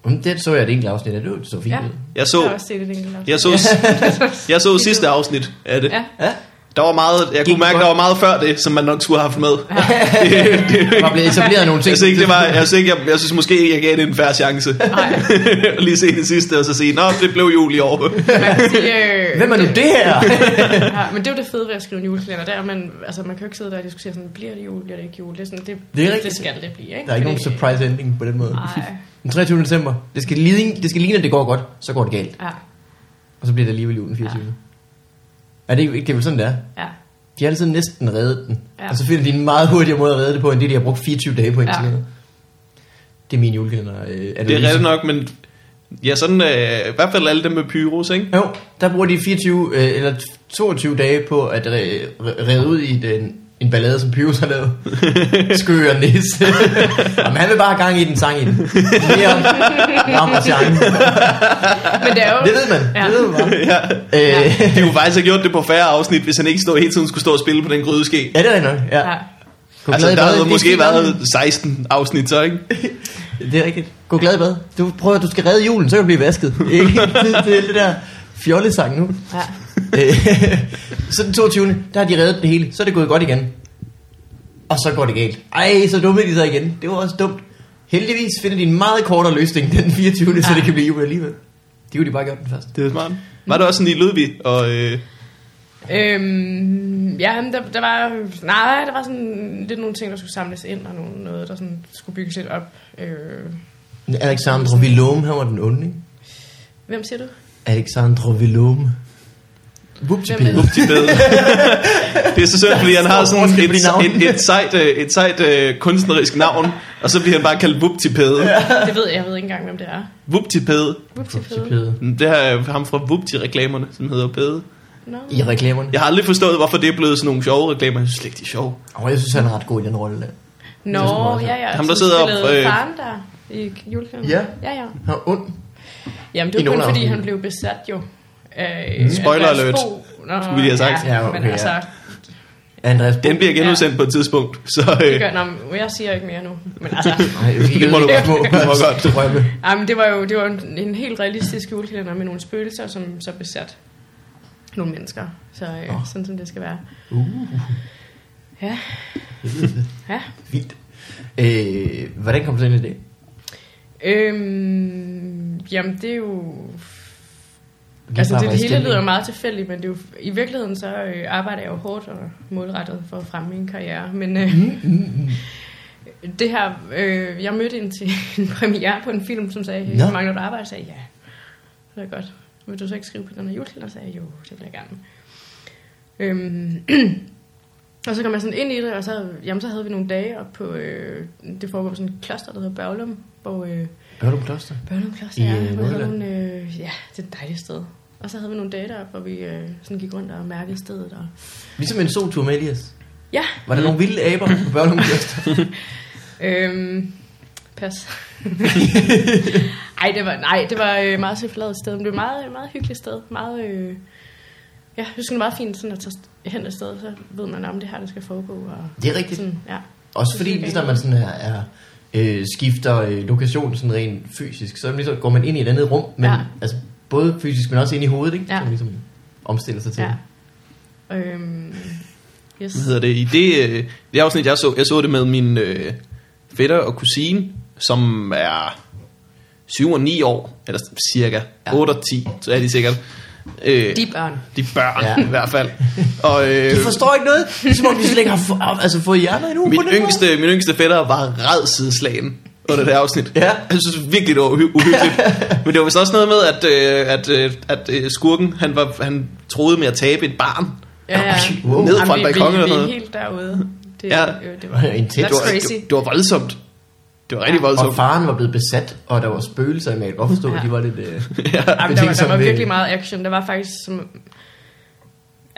Speaker 2: Ja,
Speaker 1: Mm, det så jeg et enkelt afsnit af det. Det så fint
Speaker 2: Ja.
Speaker 1: ud.
Speaker 3: Jeg
Speaker 2: jeg har
Speaker 3: så,
Speaker 2: også set et enkelt afsnit.
Speaker 3: jeg så, jeg så sidste afsnit af det.
Speaker 2: Ja.
Speaker 1: Ja.
Speaker 3: Der var meget, jeg
Speaker 1: Gik
Speaker 3: kunne mærke,
Speaker 1: godt.
Speaker 3: der var meget før det, som man nok skulle have haft med.
Speaker 1: Der var blevet etableret nogle ting.
Speaker 3: Jeg synes, ikke, det var, jeg, synes ikke, jeg, jeg synes måske ikke, jeg gav det en færre chance.
Speaker 2: Nej.
Speaker 3: Og lige se det sidste, og så sige, nå, det blev jul i år.
Speaker 2: Man kan sige, øh,
Speaker 1: Hvem er nu det her?
Speaker 2: Ja, men det er jo det fede ved at skrive en julekalender. Der, man, altså, man kan jo ikke sidde der og diskutere, sådan, bliver det jul, bliver det ikke jul. Det, er sådan, det,
Speaker 1: Det er rigtigt.
Speaker 2: det skal det blive. Ikke?
Speaker 1: Der er ikke nogen
Speaker 2: Fordi-
Speaker 1: surprise ending på den måde.
Speaker 2: Nej,
Speaker 1: Den 23. december. Det skal, ligne, det skal ligne, at det går godt. Så går det galt.
Speaker 2: ja,
Speaker 1: Og så bliver det alligevel jul den 24. Ja. Er det, ikke- det er vel sådan, det er?
Speaker 2: ja.
Speaker 1: De har altid næsten reddet den. Ja.
Speaker 2: Ja.
Speaker 1: Og så finder de en meget hurtigere måde at redde det på, end det, de har brugt 24 dage på indtil
Speaker 2: Ja.
Speaker 1: ja. Det er min julekalender. Øh, det
Speaker 3: Det er rigtigt nok, men ja, sådan, øh, i hvert fald alle dem med pyros, ikke?
Speaker 1: Jo, der bruger de 24 øh, eller 22 dage på at re- re- redde ud i den, en ballade, som Pyrus har lavet. Skør nisse. Jamen, han vil bare have gang i den sang i den. Mere ram og chang.
Speaker 2: Men det er jo...
Speaker 1: Det ved man. Ja.
Speaker 2: Ja.
Speaker 1: Det ved man.
Speaker 3: Ja.
Speaker 1: Øh,
Speaker 3: De kunne faktisk have gjort det på færre afsnit, hvis han ikke stod, hele tiden skulle stå og spille på den grydeske.
Speaker 1: ja, det er nok. Ja.
Speaker 2: Ja.
Speaker 1: Gå glad
Speaker 3: Altså,
Speaker 1: i
Speaker 3: der
Speaker 1: bad.
Speaker 3: havde
Speaker 1: Det er
Speaker 3: måske
Speaker 1: fint nok.
Speaker 3: været 16 afsnit, så ikke?
Speaker 1: Det er rigtigt. Gå glad i bad. Du prøver, du skal redde julen, så kan du blive vasket. Ikke? Det, det er det der fjollesang nu.
Speaker 2: ja.
Speaker 1: Øh, så den 22. Der har de reddet det hele. Så er det gået godt igen. Og så går det galt. Ej, så dumme de så igen. Det var også dumt. Heldigvis finder de en meget kortere løsning den 24. Ja. Så det kan blive jul alligevel. Det kunne de bare gøre den først.
Speaker 3: Det er smart. Var det også sådan i Ludvig? Og, øh,
Speaker 2: Øhm, ja, men der, der, var, nej, der var sådan lidt nogle ting, der skulle samles ind, og nogle, noget, der sådan skulle bygges lidt op. Øh,
Speaker 1: Alexandre Villome, han var den onde, ikke?
Speaker 2: hvem siger du?
Speaker 1: Alexandre Villome.
Speaker 2: Hvem er
Speaker 1: Vuptipede.
Speaker 2: det?
Speaker 3: Tibet. det er så synd, fordi han
Speaker 1: Der er
Speaker 3: har
Speaker 1: stor
Speaker 3: sådan
Speaker 1: forskel
Speaker 3: et,
Speaker 1: på de navne.
Speaker 3: et, et sejt, øh, et sejt øh, kunstnerisk navn, og så bliver han bare kaldt Vuptipede.
Speaker 2: Det ved jeg, jeg ved ikke engang, hvem det er.
Speaker 3: Vuptipede.
Speaker 2: Whoopsie-pede.
Speaker 1: Vuptipede.
Speaker 3: Det er ham fra Vupti-reklamerne, som hedder Pede.
Speaker 2: No.
Speaker 1: I reklamerne.
Speaker 3: Jeg har aldrig forstået, hvorfor det er blevet sådan nogle sjove reklamer. Jeg synes slet ikke, de er sjove.
Speaker 1: Og jeg synes, han er ret god i den rolle der. Det er
Speaker 2: Nå,
Speaker 1: sådan,
Speaker 2: ja, ja.
Speaker 3: Ham, der
Speaker 2: som
Speaker 3: sidder op,
Speaker 2: spillede
Speaker 3: øh,
Speaker 2: faren der i julekalenderen.
Speaker 1: Ja.
Speaker 2: Ja, ja.
Speaker 1: Han er ond.
Speaker 2: Jamen,
Speaker 1: I
Speaker 2: det var
Speaker 1: nogle
Speaker 2: kun fordi,
Speaker 1: afsnit.
Speaker 2: han blev besat jo. Øh,
Speaker 3: Mm. Spoiler alert, skulle vi lige have sagt.
Speaker 2: Ja,
Speaker 1: Ja,
Speaker 2: ja
Speaker 1: okay,
Speaker 2: okay, men altså,
Speaker 1: ja. Andreas
Speaker 3: Den bliver genudsendt på et tidspunkt, så øh,
Speaker 2: det gør, nå, men jeg siger ikke mere nu. Men altså,
Speaker 1: Nej, det må du
Speaker 3: godt.
Speaker 1: godt.
Speaker 3: Det må du godt.
Speaker 1: Drømme.
Speaker 2: jamen, det var jo det var en, en helt realistisk julekalender med nogle spøgelser, som så besat nogle mennesker. Så øh,
Speaker 1: Nå.
Speaker 2: oh. sådan som det skal være.
Speaker 1: Uh.
Speaker 2: Ja, ja.
Speaker 1: Vildt. Øh, hvordan kom du så ind i det?
Speaker 2: Øhm, jamen, det er jo
Speaker 1: Lige
Speaker 2: Altså
Speaker 1: bare
Speaker 2: det,
Speaker 1: var
Speaker 2: det
Speaker 1: i
Speaker 2: hele
Speaker 1: stemning.
Speaker 2: lyder jo meget tilfældigt, men det er jo, i virkeligheden så øh, arbejder jeg jo hårdt og målrettet for at fremme min karriere. Men øh,
Speaker 1: Mm,
Speaker 2: det her, øh, jeg mødte en til en premiere på en film, som sagde,
Speaker 1: Nå.
Speaker 2: no. mangler du arbejde? Jeg sagde, ja, det er godt. Vil du så ikke skrive på den her julekalender? Jeg sagde, jo, det vil jeg gerne. Øhm, og så kom jeg sådan ind i det, og så, jamen, så havde vi nogle dage op på, øh, det foregår på sådan et kloster, der hedder Børglum, hvor... Øh,
Speaker 1: Børnum Kloster.
Speaker 2: Børneklods,
Speaker 1: I,
Speaker 2: ja.
Speaker 1: øh,
Speaker 2: I
Speaker 1: Nordjylland?
Speaker 2: nogle, øh, ja, det er et dejligt sted. Og så havde vi nogle dage deroppe, hvor vi øh, sådan gik rundt og mærkede stedet. Og...
Speaker 1: Ligesom en soltur med Elias.
Speaker 2: Ja,
Speaker 1: Var der nogle vilde aber på Børnum Kloster?
Speaker 2: øhm, pas. Ej, det var, nej, det var øh, meget forladet sted, men det var et meget, meget hyggeligt sted. Meget, øh, ja, jeg synes, det er meget fint sådan at tage hen et sted, så ved man om det her, der skal foregå. Og,
Speaker 1: Det er rigtigt.
Speaker 2: sådan, ja.
Speaker 1: Også fordi, hvis når man sådan her er, øh, skifter øh, lokation sådan rent fysisk, så, er det ligesom, går man ind i et andet rum, men ja.
Speaker 2: Ja.
Speaker 1: altså, både fysisk, men også ind i hovedet, ikke?
Speaker 2: Ja.
Speaker 1: Så man ligesom omstiller sig til.
Speaker 2: ja.
Speaker 1: Ja.
Speaker 2: Øhm, yes.
Speaker 3: hvad hedder det, i det, øh, det afsnit, jeg så, jeg så det med min øh, fætter og kusine, som er 7 og 9 år, eller cirka
Speaker 1: Ja.
Speaker 3: 8 og 10, så er de sikkert. Øh,
Speaker 2: De børn.
Speaker 3: de børn,
Speaker 1: Ja.
Speaker 3: ja. i hvert fald. Og, øh,
Speaker 1: De forstår ikke noget. Det er som om, de slet ikke har få, altså, fået hjerner endnu. på
Speaker 3: Min
Speaker 1: den måde.
Speaker 3: yngste, min yngste fætter var redsideslagen under det her afsnit.
Speaker 1: Ja.
Speaker 3: Jeg synes virkelig, det var uhy- uhyggeligt. Men det var vist også noget med, at, øh, at, øh, at øh, skurken, han, var, han troede med at tabe et barn.
Speaker 2: Ja, ja.
Speaker 1: Wow.
Speaker 3: Ned
Speaker 2: Jamen,
Speaker 3: fra en
Speaker 2: vi-
Speaker 3: balkon
Speaker 2: vi,
Speaker 3: eller noget.
Speaker 2: Vi er helt derude. Det,
Speaker 3: Ja.
Speaker 2: øh, det var
Speaker 1: Intens.
Speaker 2: That's
Speaker 3: det, var,
Speaker 2: crazy.
Speaker 3: det, det var voldsomt. Det var rigtig
Speaker 2: Ja.
Speaker 1: Og
Speaker 3: voldsomt.
Speaker 1: faren var blevet besat, og der var spøgelser i malet. Godt forstå, ja.
Speaker 2: Ja.
Speaker 1: de var lidt... Øh,
Speaker 3: Ja.
Speaker 2: Jamen, der, var,
Speaker 1: betænksomme
Speaker 2: der var
Speaker 1: ved-
Speaker 2: virkelig meget action. Der var faktisk som...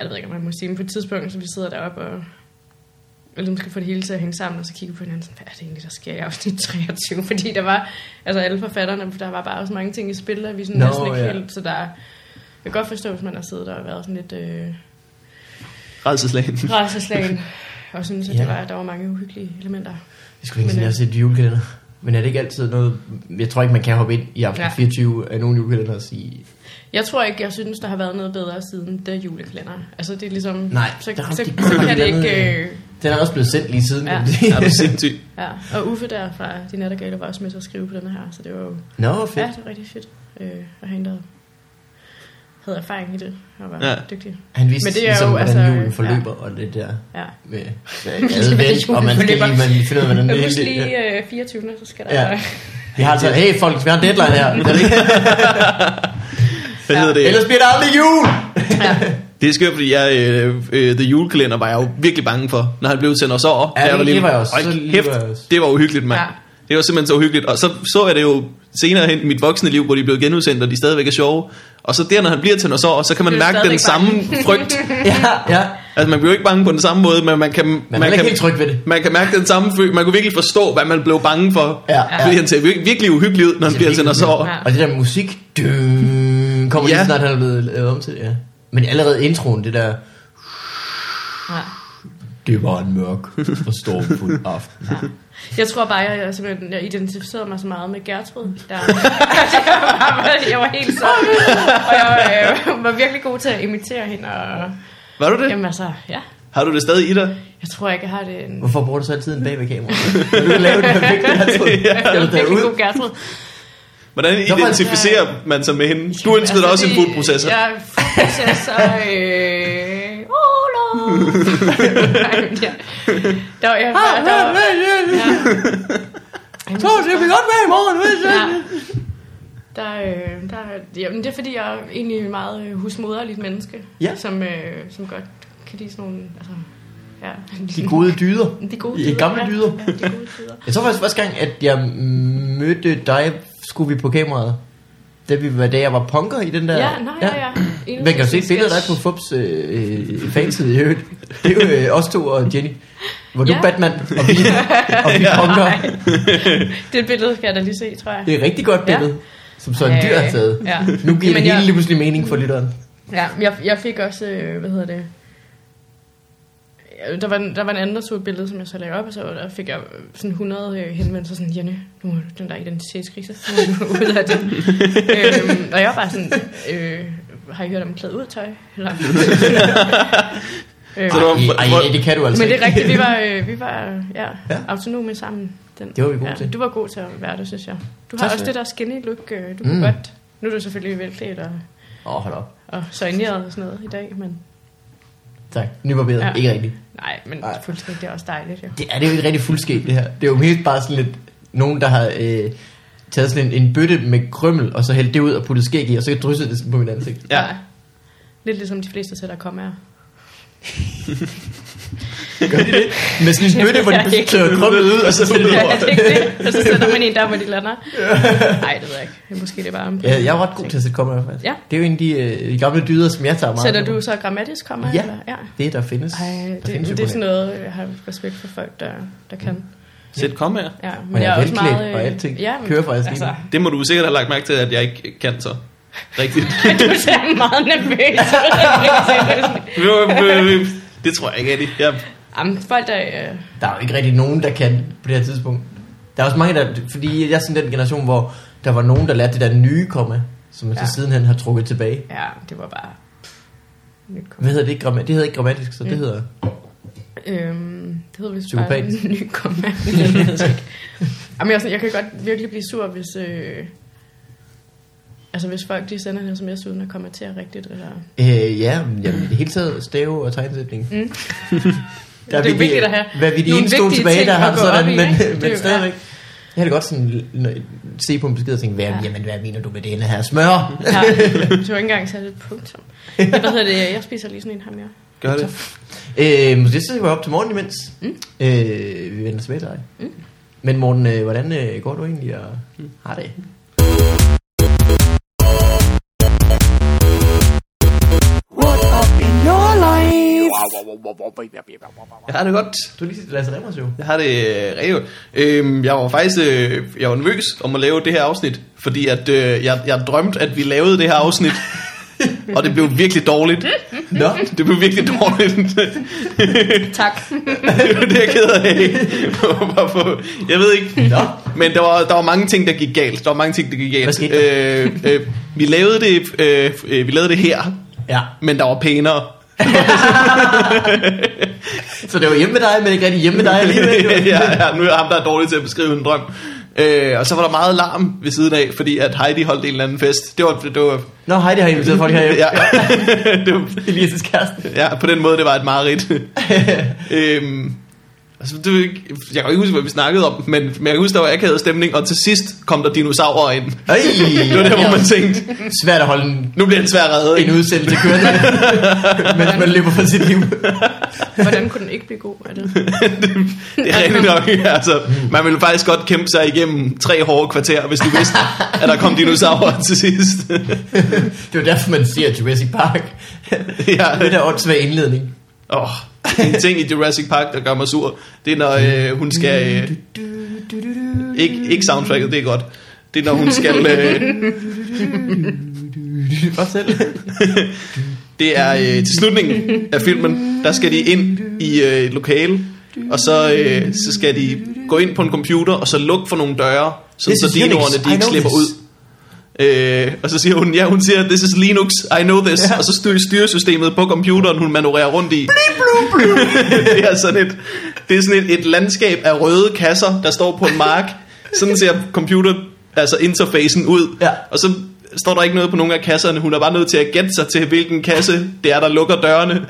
Speaker 2: jeg ved ikke, om man må sige, men på et tidspunkt, så vi sidder deroppe og og ligesom skal få det hele til at hænge sammen, og så kigger vi på hinanden sådan, hvad er det egentlig, der sker i afsnit 23? Fordi der var, altså alle forfatterne, der var bare så mange ting i spil, og vi sådan
Speaker 1: Nå,
Speaker 2: no, næsten ikke
Speaker 1: ja.
Speaker 2: ja. helt, så der, jeg kan godt forstå, hvis man har siddet der og været sådan lidt øh,
Speaker 3: Redselslagen.
Speaker 2: rædselslagen, og synes, at ja.
Speaker 1: Ja.
Speaker 2: der, var, der var mange uhyggelige elementer.
Speaker 1: Jeg skulle ikke
Speaker 2: Men,
Speaker 1: sige, at jeg har set julekalender. Men er det ikke altid noget... Jeg tror ikke, man kan hoppe ind i aften ja.
Speaker 2: Ja.
Speaker 1: 24 af nogle julekalender og sige...
Speaker 2: Jeg tror ikke, jeg synes, der har været noget bedre siden det julekalender. Altså det er ligesom,
Speaker 1: Nej,
Speaker 2: så,
Speaker 1: der
Speaker 2: så,
Speaker 1: har
Speaker 2: så,
Speaker 1: de-
Speaker 2: så kan det
Speaker 1: blandet,
Speaker 2: ikke... Øh,
Speaker 1: Den er også blevet sendt lige siden.
Speaker 2: Ja.
Speaker 3: Er du sindssyg?
Speaker 2: Ja, og Uffe der fra De Nattergale var også med til at skrive på den her, så det var jo
Speaker 1: Nå, fedt.
Speaker 2: ja, det var rigtig fedt øh, at han der havde erfaring i det og var
Speaker 3: Ja.
Speaker 2: ja. dygtig.
Speaker 1: Han vidste,
Speaker 2: Men det er
Speaker 1: ligesom,
Speaker 2: jo,
Speaker 1: hvordan
Speaker 2: altså,
Speaker 1: julen
Speaker 2: ja.
Speaker 1: forløber, og det der
Speaker 2: Ja.
Speaker 1: med
Speaker 2: julen
Speaker 1: advent, og man skal lige,
Speaker 2: forløber.
Speaker 1: man finder ud af, hvordan
Speaker 2: Og
Speaker 1: det
Speaker 2: husk
Speaker 1: hele ja.
Speaker 2: lige øh, 24. så skal der...
Speaker 1: Ja.
Speaker 2: Ja.
Speaker 1: Vi har altså, hey folk, vi har en deadline her. Er det ikke?
Speaker 3: Hvad
Speaker 2: Ja.
Speaker 3: hedder det?
Speaker 1: Ellers bliver der aldrig jul!
Speaker 3: Det er skørt, fordi jeg, øh, øh, The Julekalender var jeg jo virkelig bange for, når han blev sendt os over.
Speaker 1: Ja,
Speaker 3: da
Speaker 1: det-
Speaker 3: lille.
Speaker 1: det var jeg også.
Speaker 3: Hold
Speaker 1: Så lille
Speaker 3: kæft,
Speaker 1: var jeg også.
Speaker 3: det var uhyggeligt, mand.
Speaker 2: Ja.
Speaker 3: Det var simpelthen så uhyggeligt. Og så så jeg det jo senere hen i mit voksne liv, hvor de blev genudsendt, og de stadigvæk er sjove. Og så der, når han bliver til os over, så kan man
Speaker 2: Bliver
Speaker 3: mærke
Speaker 2: stadigvæk
Speaker 3: den samme
Speaker 2: bange.
Speaker 3: frygt.
Speaker 1: Ja, ja.
Speaker 3: Altså, man bliver jo ikke bange på den samme måde, men man kan,
Speaker 1: Men man er
Speaker 3: kan,
Speaker 1: ikke helt tryg ved det.
Speaker 3: man kan mærke den samme følelse. Man kunne virkelig forstå, hvad man blev bange for.
Speaker 1: Ja, ja.
Speaker 3: Fordi han ser vir- virkelig uhyggelig ud, når han bliver sendt os over.
Speaker 2: Ja.
Speaker 1: Og det der musik, døn, kommer lige
Speaker 3: Ja.
Speaker 1: snart, han er blevet lavet om til det, ja. Men allerede introen, det der,
Speaker 2: Ja.
Speaker 1: det var en mørk og stormfuld aften.
Speaker 2: Jeg tror bare, jeg, jeg, simpelthen, jeg identificerede mig så meget med Gertrud. Der, jeg, var, jeg var helt sådan. Og jeg var, øh, var virkelig god til at imitere hende. Og,
Speaker 3: Var du det?
Speaker 2: jamen altså, ja.
Speaker 3: Har du det stadig i dig?
Speaker 2: Jeg tror ikke, jeg har det en
Speaker 1: Hvorfor bruger du så altid en bag ved kameraet? Vil du lave den perfekte Gertrud?
Speaker 2: jeg
Speaker 1: Skal
Speaker 2: er
Speaker 1: du
Speaker 2: virkelig
Speaker 1: derud?
Speaker 2: god Gertrud.
Speaker 3: Hvordan
Speaker 1: var det-
Speaker 3: identificerer man sig med hende? Du ønskede
Speaker 2: Altså,
Speaker 3: dig også en
Speaker 2: det-
Speaker 3: foodprocessor.
Speaker 2: Ja, foodprocessor. Øh, Olof. Ej, men ja. Der var, jeg, var, der var, ja. Jamen,
Speaker 1: Så det vil godt være i morgen, hvis jeg...
Speaker 2: ja. Der, øh, der, jamen, det er fordi, jeg er egentlig et meget øh, husmoderligt menneske,
Speaker 1: Ja.
Speaker 2: som, øh, som godt kan lide sådan nogle... Altså, ja.
Speaker 1: De gode dyder.
Speaker 2: De gode
Speaker 1: I
Speaker 2: dyder,
Speaker 1: gamle
Speaker 2: ja.
Speaker 1: dyder.
Speaker 2: Ja, de gode dyder.
Speaker 1: Jeg tror faktisk første gang, at jeg mødte dig, skulle vi på kameraet. Da, vi var, da jeg var punker i den der...
Speaker 2: Ja, nej, ja, ja.
Speaker 1: Man kan jo se et billede af dig på Fubs øh, øh, fanside i øvrigt. Det er jo øh, os to og Jenny. Hvor du
Speaker 2: Ja.
Speaker 1: Batman, og vi, og vi punker.
Speaker 2: Nej. Det billede skal jeg da lige se, tror jeg.
Speaker 1: Det er et rigtig godt billede, som så en
Speaker 2: Øh,
Speaker 1: dyr har taget.
Speaker 2: Ja.
Speaker 1: Nu giver det
Speaker 2: Jamen,
Speaker 1: hele
Speaker 2: jeg-
Speaker 1: lige pludselig mening for lytteren.
Speaker 2: Ja, men jeg, jeg fik også, øh, hvad hedder det, Ja, der var, en- der var en anden, der tog et billede, som jeg så lagde op, og så der fik jeg øh, sådan 100 øh, henvendelser, sådan, Janne, nu er du den der identitetskrise, nu er du ud af det. øhm, og jeg var bare sådan, øh, har I hørt om klædt ud tøj? Eller? øhm,
Speaker 3: Så du var-
Speaker 1: Ej, ej, det kan du altså
Speaker 2: men det
Speaker 1: ikke.
Speaker 2: er rigtigt, vi var, øh, vi var ja,
Speaker 1: Ja.
Speaker 2: ja. autonome sammen. Den,
Speaker 1: Det var vi gode til.
Speaker 2: Du var god til at være det, synes jeg. Du har
Speaker 1: Tak skal
Speaker 2: også
Speaker 1: du
Speaker 2: det der skinny look, øh, du mm.
Speaker 1: Mm.
Speaker 2: kan godt. Nu er du selvfølgelig velklædt og,
Speaker 1: Åh, oh, hold op.
Speaker 2: og soigneret og sådan noget i dag, men
Speaker 1: Tak. Nybarberet. Ja.
Speaker 2: Ja.
Speaker 1: Ikke rigtigt.
Speaker 2: Nej, men
Speaker 1: Nej.
Speaker 2: Ej. fuldstændig, det er også dejligt, jo.
Speaker 1: Det er det er jo ikke rigtig fuldskægt, det her. Det er jo helt bare sådan lidt... Nogen, der har øh, taget sådan en, en bøtte med krømmel, og så hældt det ud og puttet skæg i, og så drysset det sådan på mit ansigt.
Speaker 3: Ja.
Speaker 2: Lidt ligesom de fleste sætter kommer
Speaker 1: Gør de det? Med sådan en bøtte, hvor
Speaker 2: Jeg
Speaker 1: de
Speaker 2: ved ikke.
Speaker 1: klør krømmel ud, og så sætter de
Speaker 2: Ja,
Speaker 1: over.
Speaker 2: er det ikke det? Og så sætter man en der, hvor de lander. Nej, det ved jeg ikke. Måske det er bare...
Speaker 1: Ja, jeg er ret god til at sætte kommer faktisk.
Speaker 2: Ja.
Speaker 1: Det er jo en af de, øh, de gamle dyder, som jeg tager meget.
Speaker 2: Sætter
Speaker 1: med.
Speaker 2: du så grammatisk kommer?
Speaker 1: Ja.
Speaker 2: Eller? ja.
Speaker 1: Det, der findes.
Speaker 2: Ej,
Speaker 1: der findes jo
Speaker 2: det, det,
Speaker 1: kun
Speaker 2: er sådan
Speaker 1: en.
Speaker 2: noget, jeg har respekt for folk, der, der kan.
Speaker 3: Sæt kom her.
Speaker 2: Ja, men
Speaker 1: Og jeg er velklædt, og alting kører faktisk lige
Speaker 2: øh, altså,
Speaker 3: Det må du sikkert have lagt mærke til, at jeg ikke kan så. Rigtigt.
Speaker 2: Du ser meget nervøs.
Speaker 3: det tror jeg ikke, Eddie. Jeg,
Speaker 2: Jamen, folk der... Øh,
Speaker 1: Der er jo ikke rigtig nogen, der kan på det her tidspunkt. Der er også mange, der... Fordi jeg er sådan den generation, hvor der var nogen, der lærte det der nye komma, som man ja.
Speaker 2: Ja.
Speaker 1: så sidenhen har trukket tilbage.
Speaker 2: ja, det var bare... Nyt kom.
Speaker 1: Hvad hedder det ikke? Gramma- Det hedder ikke grammatisk, så det
Speaker 2: Mm.
Speaker 1: hedder...
Speaker 2: Øhm, det hedder vist bare
Speaker 1: Psykopat.
Speaker 2: en ny komma. Jeg ved det ikke. Jamen, jeg, er sådan, jeg kan godt virkelig blive sur, hvis, øh, altså, hvis folk de sender en sms uden at kommentere rigtigt. Eller...
Speaker 1: Øh, ja, men jamen, i det hele taget stave og tegnsætning.
Speaker 2: Mm.
Speaker 1: Der er,
Speaker 2: Det er vigtigt at have
Speaker 1: Hvad vi de
Speaker 2: nogle
Speaker 1: eneste to
Speaker 2: vigtige
Speaker 1: tilbage,
Speaker 2: ting
Speaker 1: der har
Speaker 2: at
Speaker 1: det
Speaker 2: gå
Speaker 1: sådan,
Speaker 2: op i, ikke? Det er
Speaker 1: men,
Speaker 2: jo-
Speaker 1: men
Speaker 2: ja.
Speaker 1: stadigvæk. Jeg kan godt sådan l- n- se på en besked og tænke, hvad, ja.
Speaker 2: Ja.
Speaker 1: jamen, hvad mener du med det her smør?
Speaker 2: Ja, du har ikke engang sat et punktum. Hvad hedder det? Jeg spiser lige sådan en her mere.
Speaker 3: gør det.
Speaker 1: Øh, måske så skal vi op til morgen imens. Mm. Øh, vi vender tilbage til dig. Mm. Men Morten, øh, hvordan øh, går du egentlig og
Speaker 3: Mm.
Speaker 1: har det?
Speaker 4: What up in your life?
Speaker 3: Jeg har det godt.
Speaker 1: Du er lige set Lasse Remmers jo.
Speaker 3: Jeg har det øh, rigtig godt. øhm, Jeg var faktisk øh, jeg var nervøs om at lave det her afsnit, fordi at, øh, jeg, jeg drømte, at vi lavede det her afsnit. og det blev virkelig dårligt.
Speaker 1: Nå,
Speaker 3: Det blev virkelig dårligt.
Speaker 2: Tak.
Speaker 3: det er jo det, jeg er ked af. Hvorfor? jeg ved ikke.
Speaker 1: Nå.
Speaker 3: Men der var, der var mange ting, der gik galt. Der var mange ting, der gik galt.
Speaker 1: Hvad skete
Speaker 3: øh, øh, vi, lavede det, øh, øh, vi lavede det her,
Speaker 1: ja.
Speaker 3: men der var pænere.
Speaker 1: Så det var hjemme med dig, men ikke rigtig hjemme med dig alligevel. jo.
Speaker 3: ja, ja, nu er jeg ham, der er dårlig til at beskrive en drøm. Øh, og så var der meget larm ved siden af, fordi at Heidi holdt en eller anden fest. Det var... Det var
Speaker 1: Nå, Heidi har inviteret folk herhjemme.
Speaker 3: ja, det var
Speaker 1: Elias' kæreste.
Speaker 3: ja, på den måde, det var et mareridt. øhm, altså, det, ved jeg ikke- jeg kan ikke huske, hvad vi snakkede om, men, men jeg kan huske, der var akavet stemning, og til sidst kom der dinosaurer ind.
Speaker 1: Ej,
Speaker 3: Det var der, hvor man tænkte,
Speaker 1: Svært at holde en,
Speaker 3: nu bliver den svær reddet.
Speaker 1: en udsendelse kørende, mens man løber for sit liv.
Speaker 2: Hvordan kunne den ikke blive god af det?
Speaker 3: Det er rigtigt nok. Altså, man ville faktisk godt kæmpe sig igennem tre hårde kvarter, hvis du vidste, at der kom dinosaurer til sidst.
Speaker 1: Det var derfor, man siger Jurassic Park.
Speaker 3: ja.
Speaker 1: Det der åndssvag indledning.
Speaker 3: Oh, en ting i Jurassic Park, der gør mig sur, det er, når øh, hun skal... Øh, ikke, ikke soundtracket, det er godt. Det er, når hun skal... Øh,
Speaker 1: Bare selv.
Speaker 3: det er øh, til slutningen af filmen, der skal de ind i øh, et lokale, og så, øh, så skal de gå ind på en computer, og så lukke for nogle døre, sådan,
Speaker 1: This
Speaker 3: så
Speaker 1: is Linux,
Speaker 3: dinoerne de
Speaker 1: I
Speaker 3: ikke
Speaker 1: know
Speaker 3: slipper ud.
Speaker 1: this.
Speaker 3: Øh, og så siger hun, ja, hun siger, this is Linux, I know this,
Speaker 1: Ja.
Speaker 3: og så styrer styresystemet på computeren, hun manøvrerer rundt i. det er sådan et, det er sådan et, et landskab af røde kasser, der står på en mark. Sådan ser computer, altså interfacen ud.
Speaker 1: Ja.
Speaker 3: Og så står der ikke noget på nogen af kasserne. Hun er bare nødt til at gætte sig til, hvilken kasse det er, der lukker dørene.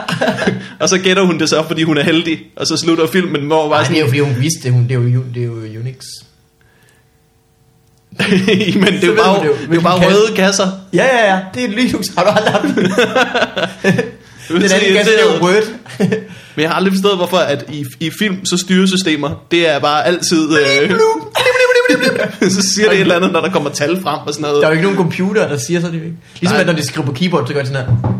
Speaker 3: og så gætter hun det så, fordi hun er heldig. Og så slutter filmen, hvor
Speaker 1: Ej,
Speaker 3: bare
Speaker 1: det er
Speaker 3: sådan,
Speaker 1: jo fordi, hun vidste det. Hun, det, er jo, det er jo Unix.
Speaker 3: men det er
Speaker 1: Så
Speaker 3: jo
Speaker 1: ved
Speaker 3: bare,
Speaker 1: hun det jo,
Speaker 3: det er jo
Speaker 1: hvilken
Speaker 3: bare
Speaker 1: kasse.
Speaker 3: røde kasser.
Speaker 1: Ja, ja, ja. Det er et Linux. Har du aldrig haft den?
Speaker 3: vil
Speaker 1: Den
Speaker 3: sige,
Speaker 1: anden kasse,
Speaker 3: det
Speaker 1: det er
Speaker 3: er jo-
Speaker 1: jo Word.
Speaker 3: Men jeg har aldrig forstået, hvorfor at i, i film, så styresystemer, det er bare altid... Øh, så siger det et eller andet, når der kommer tal frem og sådan noget.
Speaker 1: Der er jo ikke nogen computer, der siger sådan ikke. Ligesom
Speaker 3: Nej.
Speaker 1: at når de skriver på keyboard, så gør de sådan her.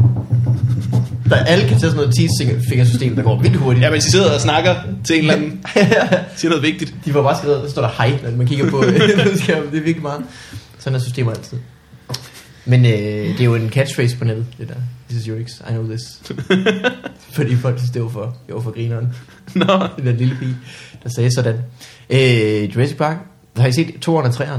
Speaker 1: Der alle kan tage sådan noget 10-fingersystem, der går vildt hurtigt.
Speaker 3: Ja, men de sidder og snakker til en eller anden, siger noget vigtigt.
Speaker 1: De var bare skrevet, der står der hej, når man kigger på øh, skærmen. Det er virkelig meget. Sådan er systemer altid. Men øh, det er jo en catchphrase på nettet, det der. This is Unix, I know this. Fordi folk synes, det var for, det var for grineren.
Speaker 3: Nå,
Speaker 1: Den der lille pige, der sagde sådan. Øh, Jurassic Park, har I set 2'eren og 3'eren?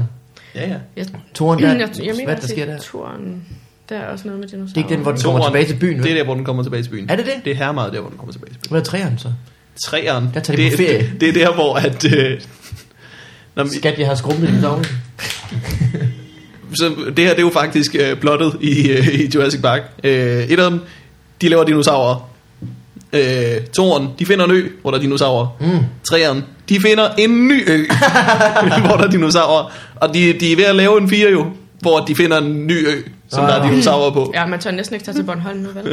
Speaker 3: ja, ja.
Speaker 2: Jeg,
Speaker 1: Toren der,
Speaker 2: jeg, jeg mener,
Speaker 1: hvad der sker der?
Speaker 2: at turen, der er også noget med dinosaurer.
Speaker 1: Det er ikke den, hvor den kommer
Speaker 3: Toeren,
Speaker 1: tilbage til byen, vel?
Speaker 3: Det er der, hvor den kommer tilbage til byen.
Speaker 1: Er det det?
Speaker 3: Det er her meget der, hvor den kommer tilbage til byen.
Speaker 1: Hvad er 3'eren så?
Speaker 3: Træeren.
Speaker 1: Der tager de på
Speaker 3: det,
Speaker 1: ferie.
Speaker 3: Det, det er der, hvor at... Øh, når,
Speaker 1: Skat, jeg har skrumpet i navn.
Speaker 3: så det her, det er jo faktisk øh, plottet i, øh, i Jurassic Park. Øh, et af dem, de laver dinosaurer. Øh, toren, de finder en ø, hvor der er dinosaurer.
Speaker 1: Mm.
Speaker 3: Træeren, de finder en ny ø, hvor der er dinosaurer. Og de, de er ved at lave en fire jo, hvor de finder en ny ø, som der er
Speaker 1: Ah.
Speaker 3: dinosaurer på.
Speaker 2: Ja, man tør næsten ikke tage
Speaker 1: Mm.
Speaker 2: til Bornholm nu, vel?